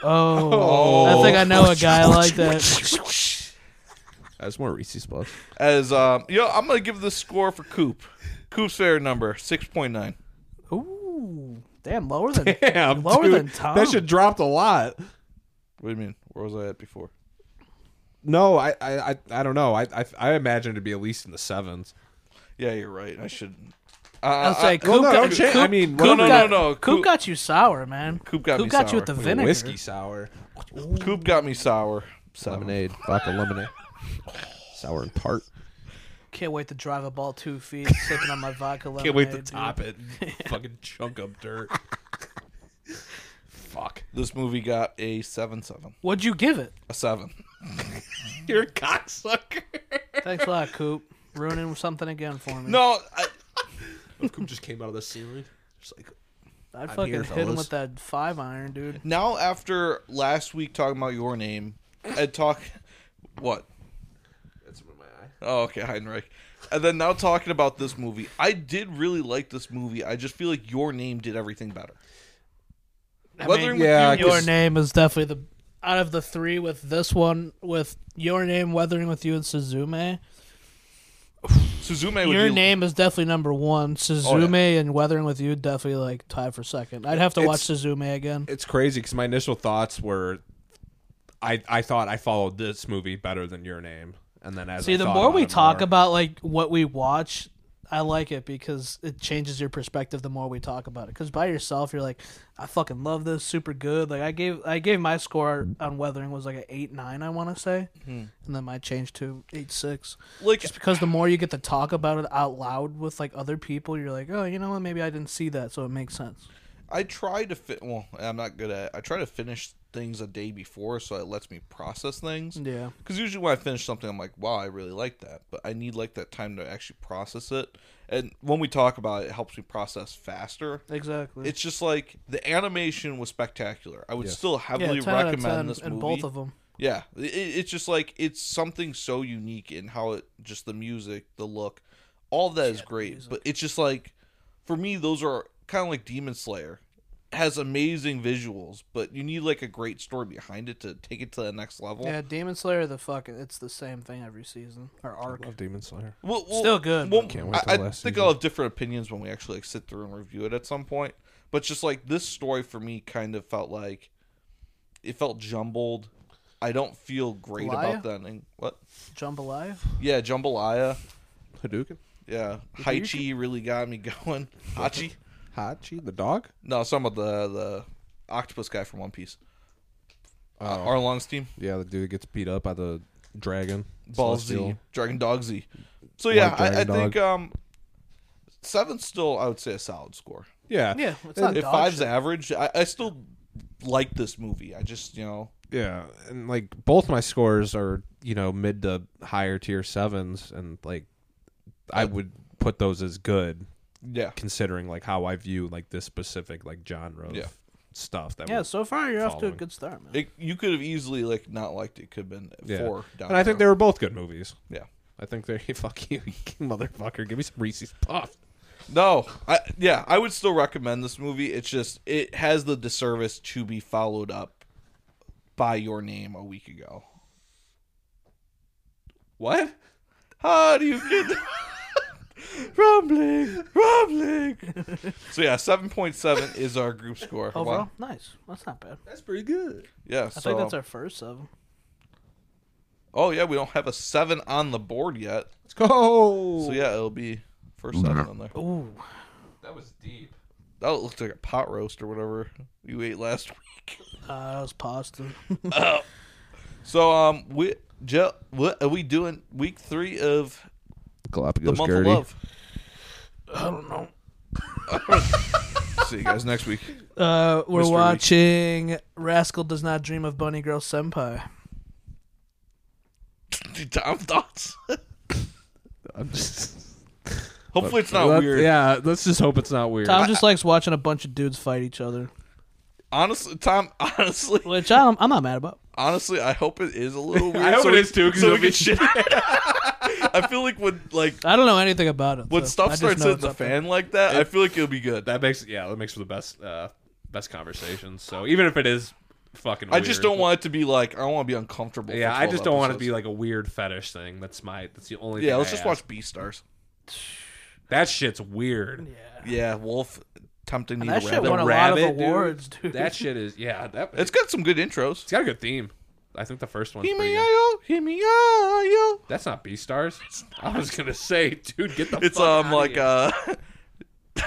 [SPEAKER 4] Oh, I think I know
[SPEAKER 2] [LAUGHS]
[SPEAKER 4] a guy like that.
[SPEAKER 3] That's more Reese's [LAUGHS] Puffs.
[SPEAKER 2] As um, yo, I'm gonna give this score for Coop. Coop's favorite number six point nine.
[SPEAKER 4] Ooh, damn, lower
[SPEAKER 2] [LAUGHS]
[SPEAKER 4] than
[SPEAKER 3] Damn,
[SPEAKER 4] lower
[SPEAKER 3] dude,
[SPEAKER 4] than Tom.
[SPEAKER 3] That should dropped a lot.
[SPEAKER 2] What do you mean? Where was I at before?
[SPEAKER 3] No, I, I, I, I don't know. I, I, I imagine it to be at least in the sevens.
[SPEAKER 2] Yeah, you're right. I should. Uh,
[SPEAKER 4] I'll say
[SPEAKER 2] I-
[SPEAKER 4] Coop.
[SPEAKER 3] no,
[SPEAKER 4] got,
[SPEAKER 3] I'm cha-
[SPEAKER 4] Coop-
[SPEAKER 3] I mean,
[SPEAKER 4] Coop
[SPEAKER 2] no, no,
[SPEAKER 4] got-
[SPEAKER 2] no, no,
[SPEAKER 4] Coop,
[SPEAKER 2] Coop-
[SPEAKER 4] got you sour, man.
[SPEAKER 2] Coop got me
[SPEAKER 4] got you
[SPEAKER 2] sour.
[SPEAKER 4] with the
[SPEAKER 2] Like a
[SPEAKER 4] vinegar.
[SPEAKER 3] Whiskey sour,
[SPEAKER 2] Coop got me sour. Seven.
[SPEAKER 3] lemonade, vodka lemonade, sour and tart.
[SPEAKER 4] Can't wait to drive a ball
[SPEAKER 2] [LAUGHS]
[SPEAKER 4] two feet, sipping on my vodka lemonade.
[SPEAKER 3] Can't wait to
[SPEAKER 4] dude.
[SPEAKER 3] top
[SPEAKER 4] [LAUGHS]
[SPEAKER 3] it. Fucking chunk up dirt. Fuck.
[SPEAKER 2] This movie got a seven, seven,
[SPEAKER 4] What'd you give it?
[SPEAKER 2] a seven. [LAUGHS]
[SPEAKER 3] You're a cocksucker.
[SPEAKER 4] Thanks a lot, Coop. Ruining something again for me.
[SPEAKER 2] No, I,
[SPEAKER 3] Coop just came out of the ceiling. Just like
[SPEAKER 4] I'd
[SPEAKER 3] I'm
[SPEAKER 4] fucking
[SPEAKER 3] here,
[SPEAKER 4] hit him
[SPEAKER 3] fellas.
[SPEAKER 4] with that five iron, dude.
[SPEAKER 2] now after last week talking about your name and talk what
[SPEAKER 3] that's in my eye.
[SPEAKER 2] oh okay heinrich and then now talking about this movie i did really like this movie i just feel like your name did everything better
[SPEAKER 4] I
[SPEAKER 2] Weathering
[SPEAKER 4] mean,
[SPEAKER 2] with
[SPEAKER 3] yeah,
[SPEAKER 2] you,
[SPEAKER 3] I
[SPEAKER 4] Your
[SPEAKER 2] was-
[SPEAKER 4] name is definitely the out of the three with this one with your name weathering with you and Suzume.
[SPEAKER 2] suzume would
[SPEAKER 4] Your
[SPEAKER 2] be,
[SPEAKER 4] name is definitely number one. Suzume and weathering with you definitely like tie for second. I'd have to watch Suzume again.
[SPEAKER 3] It's crazy because my initial thoughts were, I, I thought I followed this movie better than Your Name, and then as
[SPEAKER 4] See,
[SPEAKER 3] I
[SPEAKER 4] the
[SPEAKER 3] thought
[SPEAKER 4] more
[SPEAKER 3] about
[SPEAKER 4] we
[SPEAKER 3] it
[SPEAKER 4] talk
[SPEAKER 3] more-
[SPEAKER 4] about like what we watch, I like it because it changes your perspective. The more we talk about it, because by yourself you're like, I fucking love this, super good. Like I gave I gave my score on weathering was like an eight nine, I want to say, and then my change to eight six.
[SPEAKER 2] Hmm. like
[SPEAKER 4] just because the more you get to talk about it out loud with like other people, you're like, oh, you know what? Maybe I didn't see that, so it makes sense.
[SPEAKER 2] i try to fit well i'm not good at it. i try to finish things a day before so it lets me process things
[SPEAKER 4] Yeah.
[SPEAKER 2] because usually when i finish something i'm like wow i really like that but i need like that time to actually process it and when we talk about it, it helps me process faster
[SPEAKER 4] Exactly.
[SPEAKER 2] It's just like the animation was spectacular. I would
[SPEAKER 3] Yes.
[SPEAKER 2] still
[SPEAKER 4] yeah,
[SPEAKER 2] heavily
[SPEAKER 4] 10 out of
[SPEAKER 2] recommend
[SPEAKER 4] 10
[SPEAKER 2] this movie.
[SPEAKER 4] and both of them.
[SPEAKER 2] Yeah, it, it's just like it's something so unique in how it just the music, the look, all that is great. But it's just like for me, those are kind of like Demon Slayer It has amazing visuals, but you need like a great story behind it to take it to the next level.
[SPEAKER 4] Yeah, Demon Slayer, the fucking, it's the same thing every season or arc.
[SPEAKER 3] Love Demon Slayer.
[SPEAKER 2] Well, well,
[SPEAKER 4] Still good,
[SPEAKER 2] Well,
[SPEAKER 4] but-
[SPEAKER 3] Can't wait
[SPEAKER 2] I,
[SPEAKER 3] till
[SPEAKER 2] I
[SPEAKER 3] last
[SPEAKER 2] think
[SPEAKER 3] season.
[SPEAKER 2] I'll have different opinions when we actually like sit through and review it at some point. But just like this story for me, kind of felt like it felt jumbled. I don't feel great
[SPEAKER 4] Liar?
[SPEAKER 2] about that. And what?
[SPEAKER 4] Jambalaya.
[SPEAKER 2] Yeah, jambalaya.
[SPEAKER 3] Hadouken,
[SPEAKER 2] Yeah, Haichi really got me [LAUGHS] going. Hachi?
[SPEAKER 3] Hachi, the dog.
[SPEAKER 2] No, some of the the octopus guy from One Piece. Uh,
[SPEAKER 3] Oh.
[SPEAKER 2] Arlong's team,
[SPEAKER 3] Yeah, the dude gets beat up by the dragon.
[SPEAKER 2] Ball Z,
[SPEAKER 3] Celestial.
[SPEAKER 2] Dragon Dog Z. So
[SPEAKER 3] Like
[SPEAKER 2] yeah, I, I
[SPEAKER 3] Dragon
[SPEAKER 2] think
[SPEAKER 3] Dog.
[SPEAKER 2] um, seven's still I would say a solid score.
[SPEAKER 3] Yeah,
[SPEAKER 4] Yeah, it's not
[SPEAKER 2] if
[SPEAKER 4] dog
[SPEAKER 2] five's
[SPEAKER 4] shit.
[SPEAKER 2] average, I, I still like this movie. I just you know
[SPEAKER 3] yeah. And like both my scores are you know mid to higher tier sevens, and like I would put those as good
[SPEAKER 2] yeah
[SPEAKER 3] considering like how I view like this specific like genre of
[SPEAKER 2] Yeah.
[SPEAKER 3] stuff. That
[SPEAKER 4] Yeah,
[SPEAKER 3] we-
[SPEAKER 4] so far you're off to a
[SPEAKER 3] Following.
[SPEAKER 4] good start, man.
[SPEAKER 2] it, you could have easily like not liked it. Could have been
[SPEAKER 3] Yeah.
[SPEAKER 2] four down.
[SPEAKER 3] and I think they
[SPEAKER 2] there.
[SPEAKER 3] were both good movies.
[SPEAKER 2] yeah.
[SPEAKER 3] [LAUGHS] I think they fuck you, you motherfucker. Give me some Reese's Puff.
[SPEAKER 2] No, I, yeah, I would still recommend this movie. It's just it has the disservice to be followed up by Your Name a week ago. What? How do you get rumbling, rumbling? [LAUGHS] so yeah, seven point seven is our group score. Wow.
[SPEAKER 4] Overall, Oh, nice. That's not bad.
[SPEAKER 3] That's pretty good.
[SPEAKER 2] yeah.
[SPEAKER 4] I
[SPEAKER 2] so,
[SPEAKER 4] think that's our first of 'em.
[SPEAKER 2] oh yeah, we don't have a seven on the board yet.
[SPEAKER 3] Let's go.
[SPEAKER 2] So yeah, it'll be first seven on there.
[SPEAKER 4] Ooh,
[SPEAKER 3] That was deep.
[SPEAKER 2] That looks like a pot roast or whatever you ate last week.
[SPEAKER 4] uh, that
[SPEAKER 2] [LAUGHS]
[SPEAKER 4] was pasta.
[SPEAKER 2] So um, we Je- what are we doing? Week three of the
[SPEAKER 5] Galapagos
[SPEAKER 2] month
[SPEAKER 5] Gertie.
[SPEAKER 2] of love. I don't know. See you guys next week.
[SPEAKER 4] uh, we're
[SPEAKER 2] Mystery.
[SPEAKER 4] watching Rascal Does Not Dream of Bunny Girl Senpai.
[SPEAKER 2] Tom thoughts.
[SPEAKER 5] I'm just-
[SPEAKER 2] [LAUGHS] Hopefully it's not
[SPEAKER 5] Let-
[SPEAKER 2] weird.
[SPEAKER 5] Yeah, let's just hope it's not weird.
[SPEAKER 4] Tom just likes watching a bunch of dudes fight each other,
[SPEAKER 2] Honestly, Tom. Honestly,
[SPEAKER 4] which I'm, I'm not mad about.
[SPEAKER 2] honestly, I hope it is a little
[SPEAKER 3] [LAUGHS]
[SPEAKER 2] weird.
[SPEAKER 3] hope
[SPEAKER 2] so
[SPEAKER 3] it
[SPEAKER 2] we-
[SPEAKER 3] is too, 'cause
[SPEAKER 2] So we can
[SPEAKER 3] it'll be- [LAUGHS]
[SPEAKER 2] shit. [LAUGHS] I feel like when like
[SPEAKER 4] I don't know anything about it.
[SPEAKER 2] when
[SPEAKER 4] so I
[SPEAKER 2] stuff
[SPEAKER 4] just
[SPEAKER 2] starts
[SPEAKER 4] know
[SPEAKER 2] hitting
[SPEAKER 4] it's
[SPEAKER 2] the
[SPEAKER 4] up there.
[SPEAKER 2] fan like that, I feel like it'll be good.
[SPEAKER 3] That makes yeah, that makes for the best uh best conversations. So even if it is fucking
[SPEAKER 2] I just
[SPEAKER 3] weird-
[SPEAKER 2] don't want it to be like I don't want to be uncomfortable. for
[SPEAKER 3] Yeah, I
[SPEAKER 2] 12
[SPEAKER 3] just don't want it to
[SPEAKER 2] episodes.
[SPEAKER 3] be like a weird fetish thing. That's my that's the only
[SPEAKER 2] Yeah,
[SPEAKER 3] thing
[SPEAKER 2] let's
[SPEAKER 3] I
[SPEAKER 2] just
[SPEAKER 3] ask.
[SPEAKER 2] watch B Stars.
[SPEAKER 3] That shit's weird.
[SPEAKER 2] Yeah, Wolf tempting me to
[SPEAKER 4] That shit
[SPEAKER 2] rabbit.
[SPEAKER 4] won a lot
[SPEAKER 3] rabbit,
[SPEAKER 4] of
[SPEAKER 3] dude.
[SPEAKER 4] awards, dude.
[SPEAKER 3] That shit is yeah, that
[SPEAKER 2] It's
[SPEAKER 3] it's,
[SPEAKER 2] got some good intros.
[SPEAKER 3] it's got a good theme. I think the first one's
[SPEAKER 2] Hear
[SPEAKER 3] pretty
[SPEAKER 2] me,
[SPEAKER 3] good.
[SPEAKER 2] yo, hear me, yo, yo.
[SPEAKER 3] That's not B stars. I was gonna say, dude, get the
[SPEAKER 2] It's
[SPEAKER 3] fuck
[SPEAKER 2] um
[SPEAKER 3] outta
[SPEAKER 2] like
[SPEAKER 3] here.
[SPEAKER 2] uh, [LAUGHS] I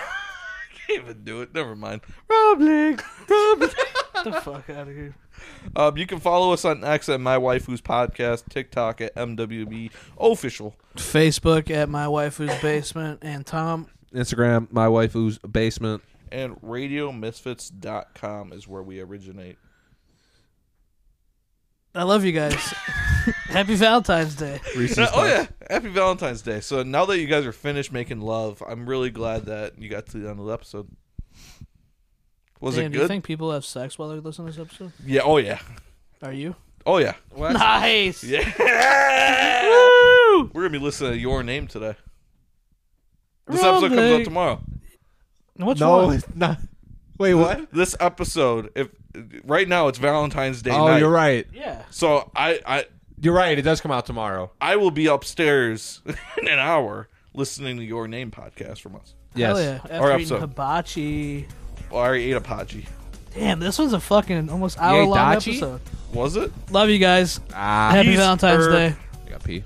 [SPEAKER 2] can't even do it. Never mind. Rumbling, rumbling.
[SPEAKER 4] Get the fuck out of here.
[SPEAKER 2] um, you can follow us on X at My Wife Who's Podcast, TikTok at MWB Official.
[SPEAKER 4] Facebook at my waifu's basement and Tom.
[SPEAKER 3] um, Instagram, my wife who's [LAUGHS] basement.
[SPEAKER 2] and RadioMisfits.com is where we originate.
[SPEAKER 4] I love
[SPEAKER 2] [LAUGHS]
[SPEAKER 4] you guys. Happy Valentine's Day.
[SPEAKER 2] Now- oh yeah, happy Valentine's Day! So now that you guys are finished making love, I'm really glad that you got to the end of the episode. Was
[SPEAKER 4] Dan,
[SPEAKER 2] it
[SPEAKER 4] do you
[SPEAKER 2] good?
[SPEAKER 4] think people have sex while they're listening to this episode?
[SPEAKER 2] yeah. Oh yeah.
[SPEAKER 4] Are you?
[SPEAKER 2] Oh yeah.
[SPEAKER 4] Nice.
[SPEAKER 2] Yeah. [LAUGHS] We're gonna be listening to your name today. This episode comes out
[SPEAKER 4] Rolling.
[SPEAKER 2] tomorrow.
[SPEAKER 4] Which
[SPEAKER 5] no,
[SPEAKER 4] one?
[SPEAKER 5] it's not. Wait, what?
[SPEAKER 2] This episode, if right now it's Valentine's Day
[SPEAKER 3] Oh,
[SPEAKER 2] night,
[SPEAKER 3] you're right.
[SPEAKER 4] Yeah.
[SPEAKER 2] so I, I
[SPEAKER 3] You're right. It does come out tomorrow.
[SPEAKER 2] I will be upstairs [LAUGHS] in an hour listening to your name podcast from us.
[SPEAKER 3] Yes.
[SPEAKER 4] Hell yeah.
[SPEAKER 2] Or
[SPEAKER 4] After eating
[SPEAKER 2] episode.
[SPEAKER 4] hibachi.
[SPEAKER 2] Well, I already ate a podgy.
[SPEAKER 4] Damn, this one's a fucking almost hour long
[SPEAKER 3] Yaidachi?
[SPEAKER 4] episode.
[SPEAKER 2] Was it?
[SPEAKER 4] Love you guys.
[SPEAKER 3] Ah,
[SPEAKER 4] Happy
[SPEAKER 2] Peace,
[SPEAKER 4] Valentine's
[SPEAKER 2] er-
[SPEAKER 4] Day.
[SPEAKER 3] I got pee.